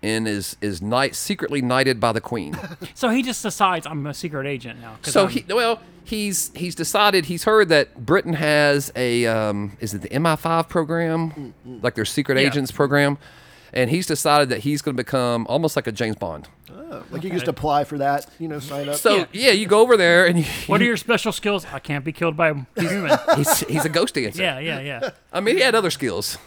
S3: and is is knight secretly knighted by the queen.
S2: so he just decides I'm a secret agent now. 'cause
S3: so
S2: I'm-
S3: he well he's he's decided he's heard that Britain has a um, is it the MI5 program like their secret
S2: Mm, Yeah.
S3: agents program, and he's decided that he's going to become almost like a James Bond.
S1: Like you just apply for that, you know, sign up.
S3: So
S2: Yeah.
S3: yeah. you go over there and you,
S2: What are your special skills? I can't be killed by a human.
S3: he's, he's a ghost dancer.
S2: yeah, yeah, yeah.
S3: I mean, he had other skills.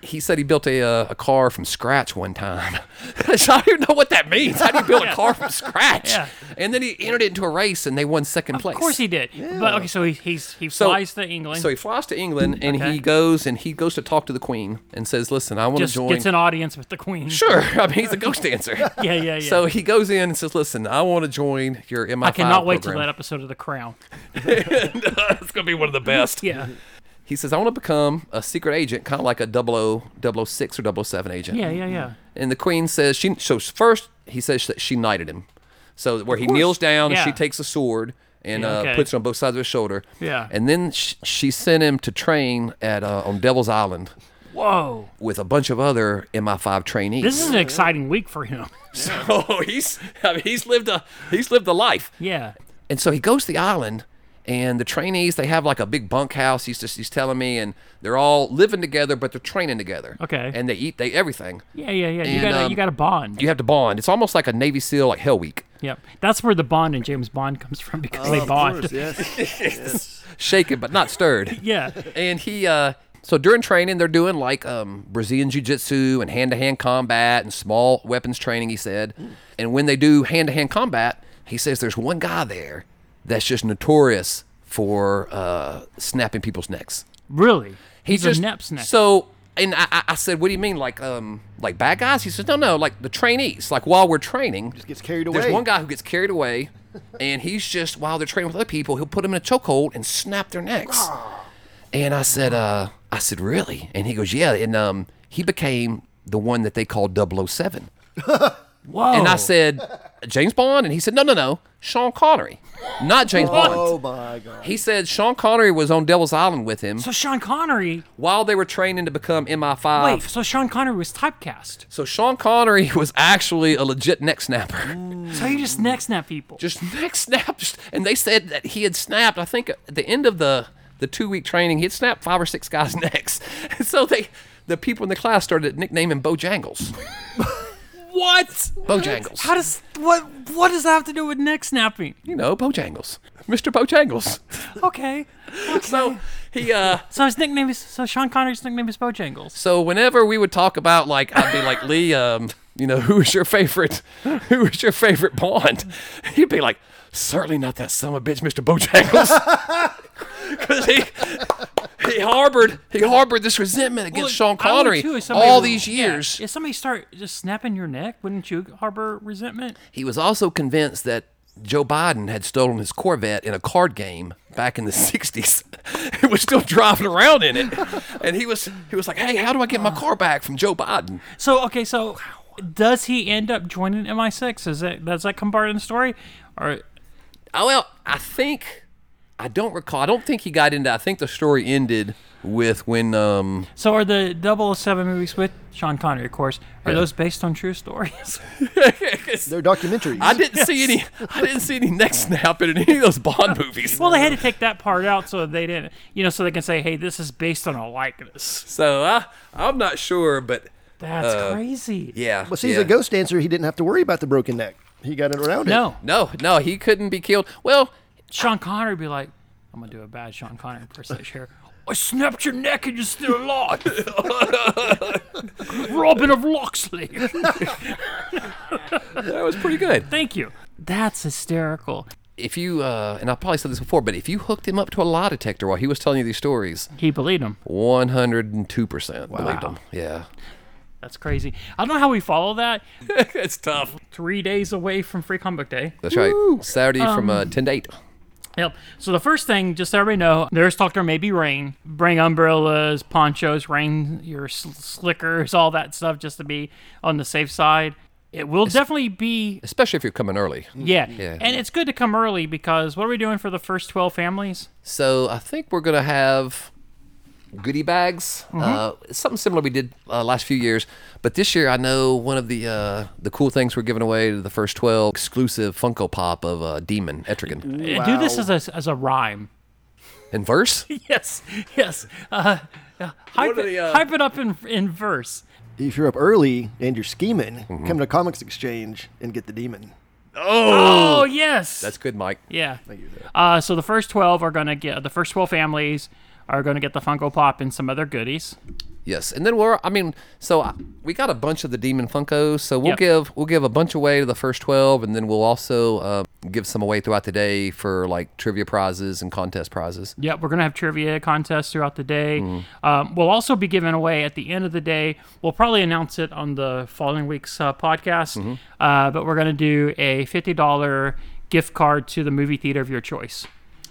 S3: He said he built a, uh, a car from scratch one time. so I don't even know what that means. How do you build a car from scratch?
S2: Yeah.
S3: And then he entered it into a race and they won second place.
S2: Of course he did. But okay, so he he's, he
S3: So-
S2: flies to England.
S3: So he flies to England and
S2: Okay.
S3: he goes and he goes to talk to the queen and says, "Listen, I want to
S2: just
S3: join."
S2: gets an audience with the queen.
S3: sure, I mean he's a ghost dancer.
S2: Yeah, yeah, yeah.
S3: So he goes in and says, "Listen, I want to join your MI5
S2: I cannot wait till
S3: program."
S2: that episode of The Crown.
S3: It's gonna be one of the best.
S2: Yeah,
S3: He says, I want to become a secret agent, kind of like a oh, 00, 006 or 007 agent.
S2: yeah, yeah, yeah.
S3: And the queen says, she. so first he says that she knighted him. So where he kneels down and
S2: Yeah.
S3: she takes a sword and
S2: Yeah, okay.
S3: uh, puts it on both sides of his shoulder.
S2: Yeah.
S3: And then she, she sent him to train at uh, on Devil's Island
S2: Whoa,
S3: with a bunch of other MI5 trainees.
S2: this is an exciting week for him.
S3: so he's I mean, he's lived a he's lived a life.
S2: Yeah.
S3: And so he goes to the island, and the trainees they have like a big bunkhouse. He's just he's telling me, and they're all living together, but they're training together.
S2: Okay.
S3: And they eat they everything.
S2: Yeah, yeah, yeah. You
S3: And,
S2: gotta,
S3: um,
S2: you gotta bond.
S3: You have to bond. It's almost like a Navy SEAL like Hell Week.
S2: Yep, that's where the bond in James Bond comes from because they bond.
S1: yes.
S3: Shaken but not stirred.
S2: Yeah,
S3: And he uh so during training they're doing like um Brazilian jiu-jitsu and hand-to-hand combat and small weapons training he said. And when they do hand-to-hand combat, he says there's one guy there that's just notorious for uh snapping people's necks.
S2: really.
S3: He
S2: He's
S3: just
S2: a neps neck.
S3: So and I, I- I said, what do you mean, like um, like bad guys? He says, no, no, like the trainees. Like while we're training, just
S1: gets carried away.
S3: There's one guy who gets carried away, and he's just while they're training with other people, he'll put them in a chokehold and snap their necks. and I said, uh, I said, really? And he goes, yeah. And um, he became the one that they call 007.
S2: Whoa.
S3: And I
S1: Oh.
S3: said, James Bond, and he said, no, no, no, Sean Connery, not James
S1: Oh
S3: Bond.
S1: my god.
S3: He said Sean Connery was on Devil's Island with him
S2: so Sean Connery.
S3: while they were training to become MI5.
S2: Wait, so Sean Connery was typecast.
S3: So Sean Connery was actually a legit neck snapper.
S2: So he just neck snap people.
S3: Just neck snapped. And they said that he had snapped, I think at the end of the, the two week training, he had snapped five or six guys' necks. And so they the people in the class started nicknaming Bojangles.
S2: what?
S3: Bojangles.
S2: How does what what does that have to do with neck snapping?
S3: you know, Bojangles. Mr. Bojangles.
S2: Okay.
S3: So he uh
S2: So his nickname is so Sean Connery's nickname is Bojangles.
S3: so whenever we would talk about like I'd be like, Lee, um, you know, who is your favorite who is your favorite Bond? He'd be like, Certainly not that son of a bitch, Mr. Bojangles. because he he harbored he harbored this resentment against Sean
S2: I would
S3: Connery
S2: too if somebody
S3: all
S2: were-
S3: these
S2: yeah,
S3: years.
S2: if somebody start just snapping your neck, wouldn't you harbor resentment?
S3: He was also convinced that Joe Biden had stolen his Corvette in a card game back in the '60s. he was still driving around in it, and he was he was like, "Hey, how do I get my car back from Joe Biden?"
S2: So okay, so does he end up joining MI6? Is that does that come part in the story? Or
S3: Oh, well, I think I don't recall. I don't think he got into. I think the story ended with when um
S2: so are the 007 movies with Sean Connery, of course, are
S3: Yeah.
S2: those based on true stories?
S1: They're documentaries.
S3: I didn't see any. I didn't see any neck snap in any of those Bond movies.
S2: well, they had to take that part out so they didn't, you know, so they can say, "Hey, this is based on a likeness."
S3: So I I'm not sure, but
S2: That's
S3: Uh,
S2: crazy.
S3: yeah.
S1: but see,
S3: yeah.
S1: as a ghost dancer, he didn't have to worry about the broken neck. He got it around it.
S2: No,
S3: No, no, he couldn't be killed. Well,
S2: Sean Connery would be like, "I'm gonna do a bad Sean Connery impersonation here." I snapped your neck and you're still alive. Robin of Locksley.
S3: that was pretty good.
S2: Thank you. That's hysterical.
S3: If you uh, and I probably said this before, but if you hooked him up to a lie detector while he was telling you these stories,
S2: He believed him.
S3: 102 percent believed him. Yeah,
S2: That's crazy. I don't know how we follow that.
S3: it's tough.
S2: Three days away from Free Comic Book Day.
S3: That's right. Saturday from
S2: Um,
S3: uh, 10 to 8.
S2: Yep. So the first thing, just so everybody know, there's Doctor Maybe Rain. Bring umbrellas, ponchos, rain your sl- slickers, all that stuff, just to be on the safe side. It will definitely be,
S3: Especially if you're coming early.
S2: yeah. And it's good to come early because what are we doing for the first twelve families?
S3: So I think we're gonna have goodie bags,
S2: Mm-hmm.
S3: uh, something similar we did uh, last few years. But this year, I know one of the uh, the cool things we're giving away to the first twelve exclusive Funko Pop of uh, Demon Etrigan
S2: And Do this as a as a rhyme.
S3: in verse.
S2: Yes, yes. Uh, uh, hype,
S3: are the,
S2: it,
S3: uh,
S2: hype it up in in verse.
S1: If you're up early and you're scheming,
S3: Mm-hmm.
S1: come to Comics Exchange and get the demon.
S2: Oh, yes.
S3: That's good, Mike.
S2: Yeah. Uh, so the first 12 are going to get, the first 12 families are going to get the Funko Pop and some other goodies.
S3: Yes, and then we're. I mean, so I, we got a bunch of the Demon Funkos. So we'll
S2: Yep.
S3: give we'll give a bunch away to the first twelve, and then we'll also uh, give some away throughout the day for like trivia prizes and contest prizes.
S2: Yeah, we're going to have trivia contests throughout the day.
S3: Mm-hmm.
S2: Um, we'll also be giving away at the end of the day, we'll probably announce it on the following week's uh, podcast,
S3: Mm-hmm.
S2: uh, but we're going to do a $50 gift card to the movie theater of your choice.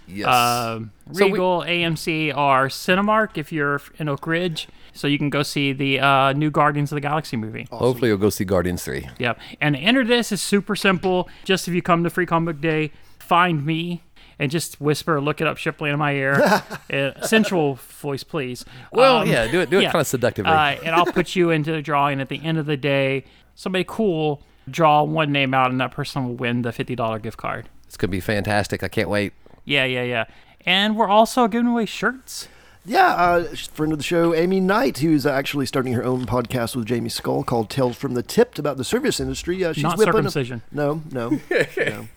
S3: Yes.
S2: Um,
S3: So we-
S2: Regal, AMC, or Cinemark if you're in Oak Ridge. So you can go see the uh, new Guardians of the Galaxy movie.
S3: Hopefully, you'll go see Guardians Three.
S2: Yep. And to enter this is super simple. Just if you come to Free Comic Book Day, find me and just whisper, look it up, Shipley in my ear. uh, sensual voice, please.
S3: Well, yeah, do it- do it kinda seductively.
S2: Um, Uh, and I'll put you into the drawing at the end of the day. Somebody cool, draw one name out, and that person will win the $50 gift card.
S3: It's gonna be fantastic. I can't wait.
S2: Yeah, yeah, yeah. And we're also giving away shirts.
S1: Yeah, uh, sh- friend of the show, Amy Knight, who's actually starting her own podcast with Jamie Skull called Tales from the Tipped about the service industry. Uh, she's
S2: Not
S1: whipping up-
S2: circumcision.
S1: no, no, no.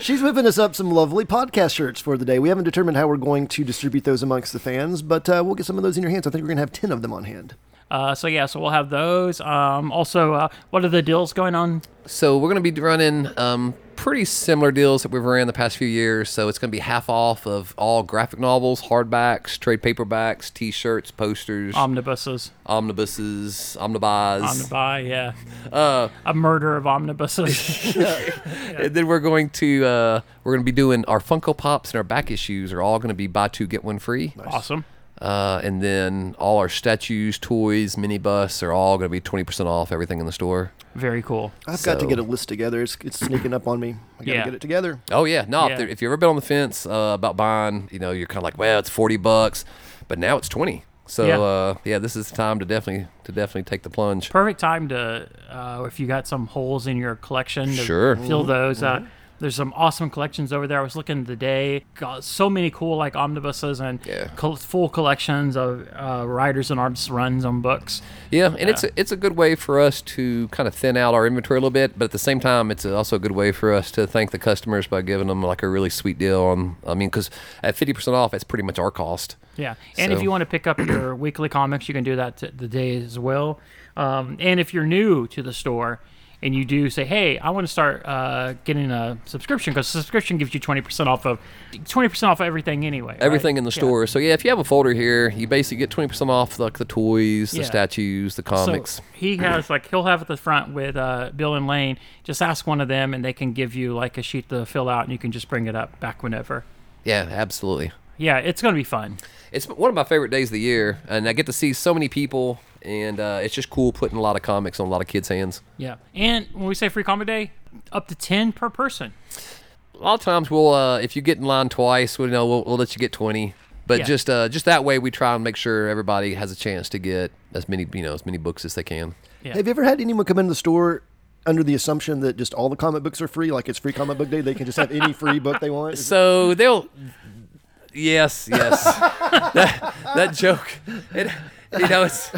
S1: She's whipping us up some lovely podcast shirts for the day. We haven't determined how we're going to distribute those amongst the fans, but uh, we'll get some of those in your hands. I think we're going to have 10 of them on hand.
S2: Uh, so, yeah, so we'll have those. Um, also, uh, what are the deals going on?
S3: So we're gonna be running um, pretty similar deals that we've ran the past few years. So it's gonna be half off of all graphic novels, hardbacks, trade paperbacks, T-shirts, posters,
S2: Um, Omnibuses.
S3: omnibuses, omnibus.
S2: Omnibuy, yeah.
S3: Uh,
S2: a murder of omnibuses.
S3: And then we're going to uh, we're gonna be doing our Funko Pops and our back issues are all gonna be buy two get one free.
S2: awesome.
S3: Uh, and then all our statues, toys, minibus are all gonna be twenty percent off everything in the store.
S2: Very cool.
S1: I've got to
S3: So-
S1: get a list together. It's, it's sneaking up on me. I got to
S2: Yeah.
S1: get it together.
S3: Oh yeah, no.
S2: Yeah.
S3: If, there- if you've ever been on the fence uh, about buying, you know, you're kind of like, well, it's forty bucks, but now it's twenty. So
S2: Yeah.
S3: yeah. Uh, yeah, this is the time to definitely to definitely take the plunge.
S2: Perfect time to, uh, if you got some holes in your collection, to
S3: Sure. Mm-hmm.
S2: fill those. Uh, there's some awesome collections over there. I was looking today. Got so many cool like omnibuses and
S3: Yeah.
S2: col- full collections of uh, writers and artists runs on books.
S3: Yeah, and it's a, it's a good way for us to kind of thin out our inventory a little bit, but at the same time, it's also a good way for us to thank the customers by giving them like a really sweet deal on. I mean, because at fifty percent off, that's pretty much our cost.
S2: Yeah, and if
S3: So-
S2: you want to pick up your weekly comics, you can do that t- the day as well. Um, and if you're new to the store and you do say, "Hey, I want to start uh, getting a subscription because subscription gives you twenty percent off of twenty percent off everything anyway."
S3: Everything
S2: right?
S3: in the store. So yeah, if you have a folder here, you basically get twenty percent off like the toys, the
S2: Yeah.
S3: statues, the
S2: So
S3: comics.
S2: he has like he'll have at the front with uh, Bill and Lane. Just ask one of them, and they can give you like a sheet to fill out, and you can just bring it up back whenever.
S3: yeah, absolutely.
S2: Yeah, it's gonna be fun.
S3: It's one of my favorite days of the year, and I get to see so many people, and uh, it's just cool putting a lot of comics on a lot of kids' hands.
S2: Yeah, and when we say free comic day, up to ten per person.
S3: A lot of times, we'll uh, if you get in line twice, we know we'll, we'll let you get twenty. But
S2: Yeah.
S3: just uh, just that way, we try and make sure everybody has a chance to get as many you know as many books as they can.
S2: Yeah.
S1: Have you ever had anyone come into the store under the assumption that just all the comic books are free? Like it's free comic book day, they can just have any free book they want? Is-
S3: So they'll. Yes, yes. that, that joke. It, you know, it's.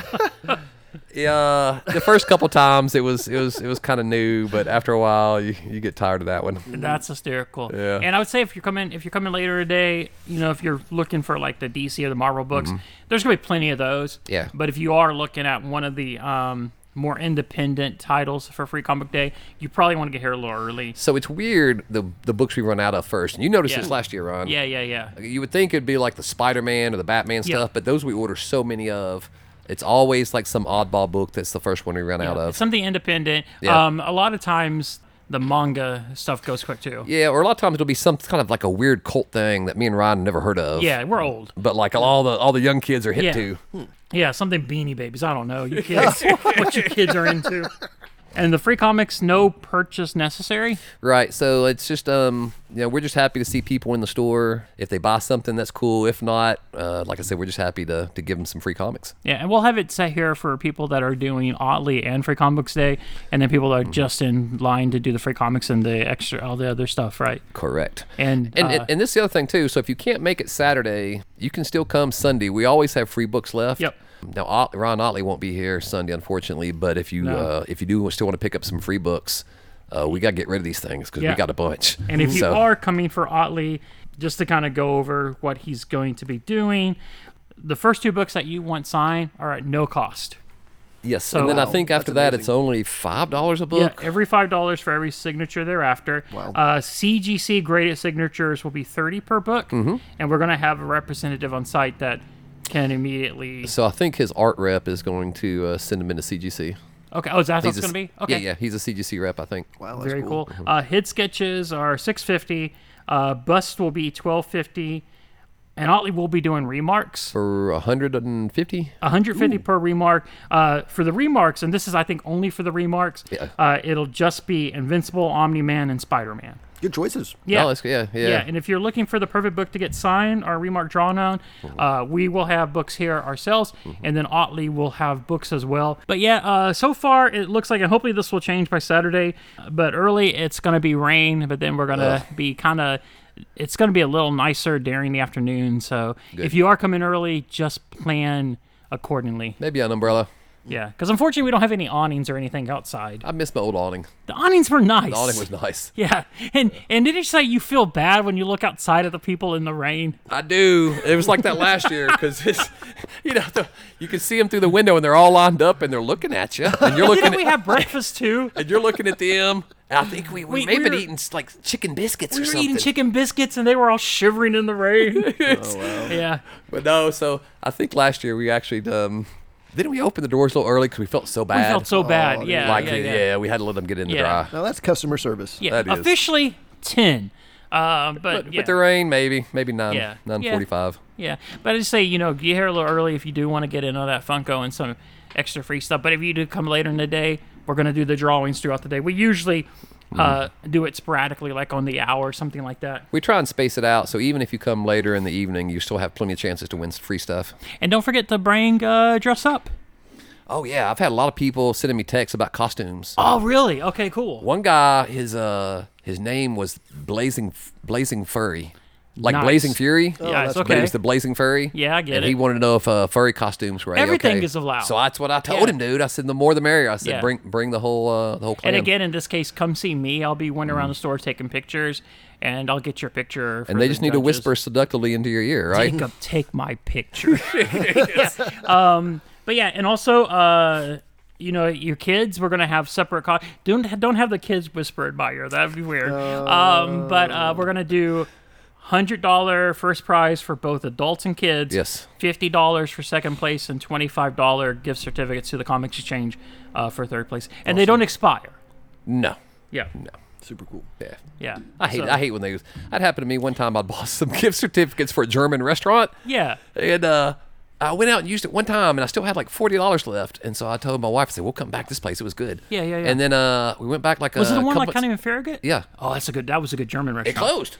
S3: Yeah, the first couple times it was it was it was kind of new, but after a while you, you get tired of that one.
S2: That's hysterical.
S3: Yeah.
S2: And I would say if you're coming if you're coming later today, you know, if you're looking for like the DC or the Marvel books, there's gonna be plenty of those.
S3: Yeah.
S2: But if you are looking at one of the um, more independent titles for Free Comic Day, you probably want to get here a little early.
S3: So it's weird the the books we run out of first. And you noticed
S2: Yeah.
S3: this last year, Ron.
S2: Yeah, yeah, yeah.
S3: You would think it'd be like the Spider Man or the Batman
S2: Yeah.
S3: stuff, but those we order so many of. It's always like some oddball book that's the first one we run out
S2: Yeah,
S3: of.
S2: Something independent.
S3: Yeah.
S2: Um, a lot of times the manga stuff goes quick too.
S3: yeah, or a lot of times it'll be some kind of like a weird cult thing that me and Ryan never heard of.
S2: Yeah, we're old.
S3: but like all the all the young kids are hip
S2: Yeah.
S3: to.
S2: Yeah, something Beanie Babies. I don't know. You kids, what your kids are into. And the free comics, no purchase necessary.
S3: Right. So it's just um you know, we're just happy to see people in the store. If they buy something that's cool. If not, uh, like I said, we're just happy to to give them some free comics.
S2: Yeah, and we'll have it set here for people that are doing Otley and Free Comics Day, and then people that are
S3: Mm-hmm.
S2: just in line to do the free comics and the extra, all the other stuff, right?
S3: Correct.
S2: And,
S3: And,
S2: uh,
S3: and and this is the other thing too. So if you can't make it Saturday, you can still come Sunday. We always have free books left.
S2: Yep.
S3: Now Ot- Ron Otley won't be here Sunday, unfortunately. But if you uh, if you do still want to pick up some free books, uh, we gotta get rid of these things because
S2: Yeah.
S3: we got a bunch.
S2: And if you
S3: So-
S2: are coming for Otley, just to kind of go over what he's going to be doing, the first two books that you want signed are at no cost.
S3: yes,
S2: so-
S3: and then I
S1: Wow,
S3: think
S1: that's
S3: after that
S1: amazing.
S3: it's only five dollars a
S2: Yeah,
S3: book.
S2: every five dollars for every signature thereafter.
S1: Wow.
S2: Uh, CGC graded signatures will be thirty per book,
S3: Mm-hmm.
S2: and we're going to have a representative on site that can immediately.
S3: So I think his art rep is going to uh, send him into CGC.
S2: Okay, oh, is that what it's
S3: a-
S2: going to be? Okay,
S3: Yeah, yeah, he's a CGC rep, I think.
S1: wow, that's
S2: Very cool. Uh, hit sketches are six fifty. Uh, bust will be twelve fifty, and Otley will be doing remarks.
S3: For 150?
S2: One hundred fifty per remark. Uh, for the remarks, and this is I think only for the remarks.
S3: Yeah.
S2: Uh, it'll just be Invincible, Omni Man, and Spider Man.
S1: Good choices.
S2: Yeah.
S3: Oh, that's- yeah, yeah.
S2: yeah. and if you're looking for the perfect book to get signed or remark drawn on,
S3: Mm-hmm.
S2: uh, we will have books here ourselves, and then Otley will have books as well. But yeah, uh, so far it looks like, and hopefully this will change by Saturday. But early it's going to be rain, but then we're going to be kind of. It's going to be a little nicer during the afternoon. So if you are coming early, just plan accordingly.
S3: Maybe an umbrella.
S2: Yeah, because unfortunately we don't have any awnings or anything outside.
S3: I miss my old awning.
S2: The awnings were nice.
S3: The awning was nice.
S2: Yeah, and and didn't you say you feel bad when you look outside at the people in the rain?
S3: I do. It was like that last year because it's, you know, the, you can see them through the window and they're all lined up and they're looking at you and you're looking
S2: Didn't we
S3: at,
S2: have breakfast too?
S3: and you're looking at them. I think we, we,
S2: We-
S3: may have
S2: we
S3: been
S2: were-
S3: eating s- like chicken biscuits
S2: We
S3: or
S2: were
S3: something.
S2: eating chicken biscuits and they were all shivering in the rain. Yeah,
S3: but no, so I think last year we actually um, didn't we open the doors a little early because we felt so
S2: we
S3: bad.
S2: felt so bad.
S1: dude.
S2: Oh, Yeah,
S3: like
S2: yeah,
S3: the-
S2: yeah.
S3: we had to let them get in the
S2: Yeah.
S3: dry.
S1: Now that's customer service.
S2: Yeah,
S3: That is.
S2: officially ten, uh, but
S3: But
S2: yeah.
S3: the rain, maybe, maybe nine,
S2: Yeah.
S3: nine forty-five.
S2: Yeah, but I just say you know get here a little early if you do want to get in on that Funko and some extra free stuff. But if you do come later in the day, we're gonna do the drawings throughout the day. We usually uh, do it sporadically, like on the hour or something like that.
S3: We try and space it out, so even if you come later in the evening, you still have plenty of chances to win some free stuff.
S2: And don't forget to bring uh, dress up.
S3: Oh yeah, I've had a lot of people sending me texts about costumes.
S2: Oh really? Okay, cool.
S3: One guy, his uh, his name was Blazing Blazing Furry, like
S2: Nice.
S3: Blazing Fury.
S2: yeah, it's
S1: Oh, that's
S3: But he
S2: okay.
S3: was the Blazing Furry.
S2: Yeah, I get
S3: and
S2: it.
S3: He wanted to know if uh, furry costumes were a
S2: Everything
S3: okay.
S2: is allowed.
S3: So that's what I told
S2: Yeah.
S3: him, dude. I said the more the merrier. I said
S2: Yeah.
S3: bring bring the whole uh, the whole clan.
S2: and again, in this case, come see me. I'll be wandering around the store taking pictures, and I'll get your picture. for
S3: and they
S2: the
S3: just need to
S2: judges.
S3: whisper seductively into your ear, right?
S2: Jacob, take my picture. Yeah. Um, but yeah, and also uh, you know your kids we're gonna have separate co- don't don't have the kids whispered by you that'd be weird um, but uh, we're gonna do hundred dollar first prize for both adults and kids
S3: Yes.
S2: fifty dollars for second place and twenty five dollar gift certificates to the comics exchange uh, for third place and they don't expire
S3: No.
S2: yeah
S1: Super cool.
S3: Yeah.
S2: yeah
S3: I hate
S2: So-
S3: I hate when they that happened to me one time I bought some gift certificates for a German restaurant
S2: yeah
S3: and uh I went out and used it one time and I still had like forty dollars left and so I told my wife I said we'll come back to this place it was good
S2: Yeah, yeah, yeah.
S3: and then uh we went back like
S2: was
S3: a
S2: it the one
S3: couple
S2: like kind
S3: months-
S2: of in Farragut
S3: yeah
S2: oh that's a good that was a good German
S3: it
S2: restaurant
S3: closed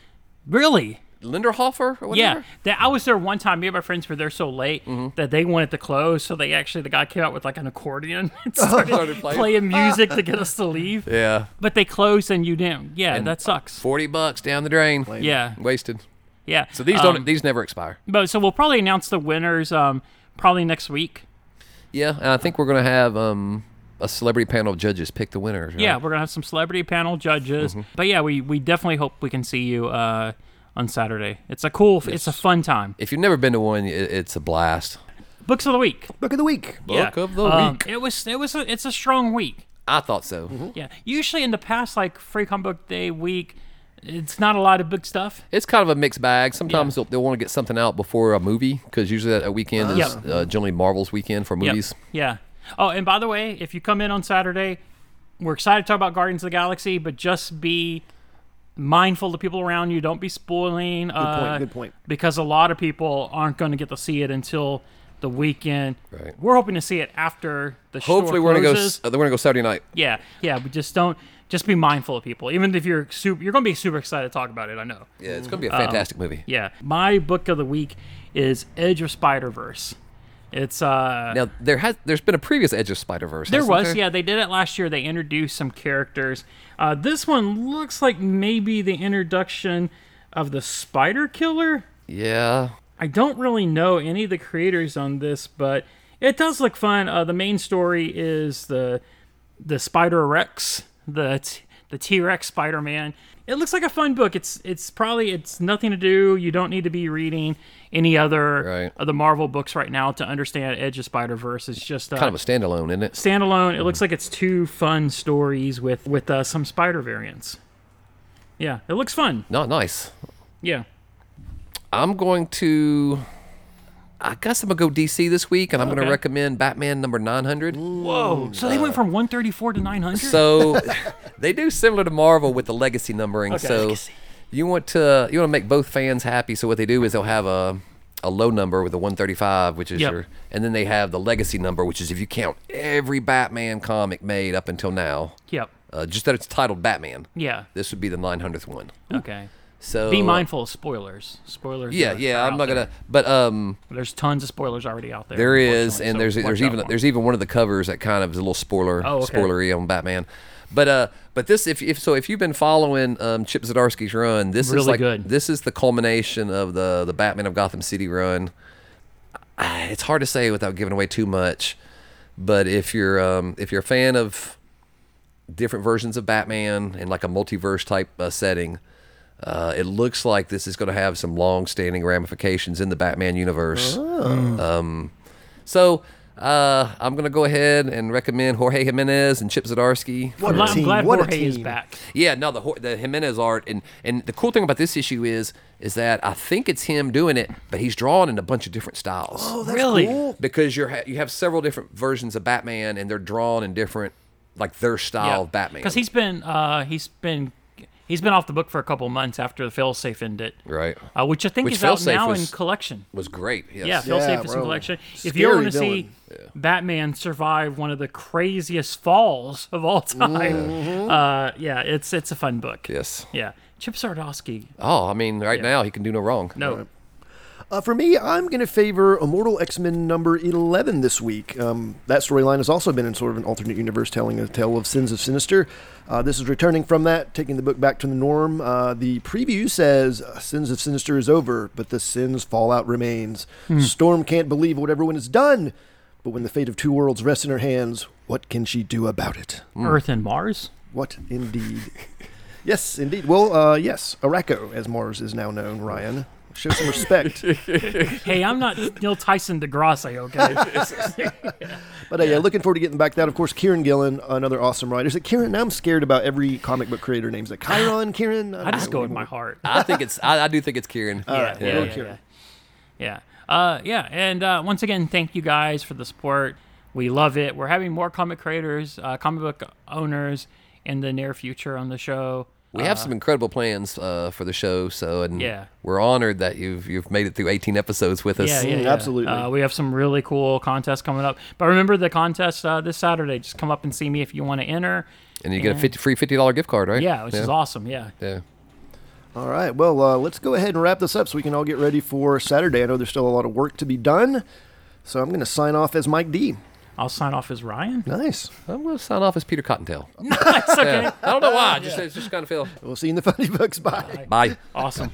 S2: really
S3: Linderhofer or whatever
S2: Yeah, that I was there one time. Me and my friends were there so late
S3: Mm-hmm.
S2: that they wanted to close, so they actually the guy came out with like an accordion and started,
S3: Started playing.
S2: playing. music to get us to leave.
S3: yeah
S2: But they closed and you didn't. Yeah, that sucks.
S3: forty bucks down the drain
S2: Yeah,
S3: wasted
S2: yeah.
S3: so these
S2: Um,
S3: don't these never expire
S2: But so we'll probably announce the winners um probably next week.
S3: yeah and I think we're gonna have um a celebrity panel of judges pick the winners right?
S2: Yeah, we're gonna have some celebrity panel judges.
S3: Mm-hmm.
S2: But yeah, we we definitely hope we can see you uh on Saturday. It's a cool. It's a fun time.
S3: if you've never been to one it, it's a blast
S2: Books of the week.
S1: Book of the week.
S3: Book
S2: yeah.
S3: of the
S2: Um,
S3: week.
S2: It was it was a, it's a strong week.
S3: I thought so
S2: Yeah. Usually in the past, like free comic book day week, it's not a lot of big stuff.
S3: It's kind of a mixed bag. Sometimes they'll, they'll want to get something out before a movie because usually that a weekend is
S2: Yep.
S3: uh, generally Marvel's weekend for
S2: Uh-huh. Yep.
S3: movies.
S2: Yeah. Oh, and by the way, if you come in on Saturday, we're excited to talk about Guardians of the Galaxy, but just be mindful of the people around you. Don't be spoiling. Good
S1: point, good point.
S2: Because a lot of people aren't going to get to see it until the weekend.
S3: Right.
S2: We're hoping to see it after the store
S3: Hopefully, we're gonna go.
S2: closes.
S3: s- Uh, we're gonna go Saturday night.
S2: Yeah, yeah, but just don't. Just be mindful of people. Even if you're super, you're going to be super excited to talk about it. I know.
S3: Yeah, it's gonna be a fantastic movie.
S2: Um, Yeah. My book of the week is Edge of Spider Verse. It's uh
S3: Now there has there's been a previous Edge of Spider Verse.
S2: there was, yeah, they did it last year. They introduced some characters. Uh, this one looks like maybe the introduction of the Spider Killer.
S3: Yeah.
S2: I don't really know any of the creators on this, but it does look fun. Uh, the main story is the the Spider Rex, the t- the T Rex Spider Man. It looks like a fun book. It's it's probably it's nothing to do. You don't need to be reading any other
S3: Right.
S2: of the Marvel books right now to understand Edge of Spider Verse. It's just uh,
S3: Kind of a Mm-hmm. standalone, isn't it?
S2: standalone. It looks like it's two fun stories with with uh, some spider variants. Yeah, it looks fun.
S3: Not nice.
S2: Yeah.
S3: I'm going to. I guess I'm gonna go DC this week, and I'm gonna
S2: Okay.
S3: recommend Batman number 900.
S2: Whoa. So they went from 134 to 900.
S3: So they do similar to Marvel with the legacy numbering. So
S2: Legacy.
S3: you want to you want to make both fans happy. So what they do is they'll have a a low number with a 135, which is
S2: Yep.
S3: your, and then they have the legacy number, which is if you count every Batman comic made up until now,
S2: Yep.
S3: uh, just that it's titled Batman.
S2: Yeah.
S3: This would be the 900th one.
S2: Okay.
S3: So
S2: Be
S3: uh,
S2: mindful of spoilers. Spoilers.
S3: Yeah,
S2: are-
S3: yeah.
S2: are
S3: I'm
S2: out
S3: not
S2: there.
S3: gonna, but um,
S2: There's tons of spoilers already out there.
S3: There is,
S2: unfortunately,
S3: and
S2: so
S3: there's there's
S2: watch out
S3: even
S2: for 'em.
S3: there's even one of the covers that kind of is a little spoiler
S2: Oh, okay.
S3: spoilery on Batman. But uh, but this if, if so if you've been following um, Chip Zdarsky's run, this is
S2: Really
S3: like
S2: good.
S3: this is the culmination of the the Batman of Gotham City run. Ah, It's hard to say without giving away too much, but if you're um, if you're a fan of different versions of Batman in like a multiverse type uh, setting. Uh, it looks like this is going to have some long-standing ramifications in the Batman universe.
S1: Oh.
S3: Um, So uh, I'm going to go ahead and recommend Jorge Jimenez and Chip Zdarsky.
S1: What
S2: I'm,
S1: a
S2: glad- I'm
S1: team.
S2: glad
S1: what
S2: Jorge
S1: a
S2: is
S1: team.
S2: back.
S3: Yeah, no, the Hor- the Jimenez art, and and the cool thing about this issue is is that I think it's him doing it, but he's drawn in a bunch of different styles.
S1: Oh, that's
S2: Really?
S1: cool.
S3: because you're ha- you have several different versions of Batman, and they're drawn in different like their style of Oh, Batman.
S2: Because he's been uh he's been he's been off the book for a couple of months after the failsafe ended.
S3: right
S2: Uh, which I think
S3: Which
S2: is out
S3: Failsafe
S2: now
S3: was-
S2: in collection.
S3: was great. Yes.
S2: Yeah, Phil
S1: Yeah,
S2: Safe is in
S1: bro.
S2: collection. If you ever
S1: Scary
S2: want to see Batman survive one of the craziest falls of all time,
S1: Mm-hmm.
S2: uh, yeah, it's it's a fun book.
S3: Yes.
S2: Yeah, Chip Sardosky.
S3: Oh, I mean, right now he can do no wrong.
S2: No,
S1: Uh-huh. Uh, for me, I'm going to favor Immortal X Men number 11 this week. Um, that storyline has also been in sort of an alternate universe telling a tale of Sins of Sinister. Uh, this is returning from that, taking the book back to the norm. Uh, the preview says uh, Sins of Sinister is over, but the Sins Fallout remains. Storm can't believe what everyone has done, but when the fate of two worlds rests in her hands, what can she do about it?
S2: Earth and Mars.
S1: What indeed? yes, indeed. Well, uh, yes, Araco, as Mars is now known, Ryan. Show some respect.
S2: hey, I'm not Neil Tyson DeGrasse, okay?
S1: but uh, yeah, looking forward to getting back to that. Of course, Kieran Gillen, another awesome writer. Is it Kieran? Now I'm scared about every comic book creator names. Like Chiron, Kieran.
S2: I, just go with my heart.
S3: I think it's. I, I do think it's Kieran.
S1: All right,
S2: yeah,
S1: we'll go
S2: yeah,
S1: Kieran.
S2: Yeah. Uh, yeah. And uh, once again, thank you guys for the support. We love it. We're having more comic creators, uh, comic book owners in the near future on the show.
S3: We have some incredible plans uh, for the show, so and
S2: Yeah.
S3: we're honored that you've you've made it through 18 episodes with us.
S2: Yeah, yeah,
S1: Mm,
S2: yeah.
S1: absolutely.
S2: Uh, we have some really cool contests coming up. But remember the contest uh, this Saturday. Just come up and see me if you want to enter.
S3: And you get a 50, free $50 gift card, right?
S2: Yeah, which is awesome. Yeah.
S3: Yeah.
S1: All right. Well, uh, let's go ahead and wrap this up so we can all get ready for Saturday. I know there's still a lot of work to be done. So I'm going to sign off as Mike D.
S2: I'll sign off as Ryan.
S1: Nice.
S3: I'm going to sign off as Peter Cottontail.
S2: That's okay.
S3: I don't know why. Just, It's just kind of feel.
S1: We'll see you in the Funny Books. Bye.
S3: Bye.
S2: Awesome.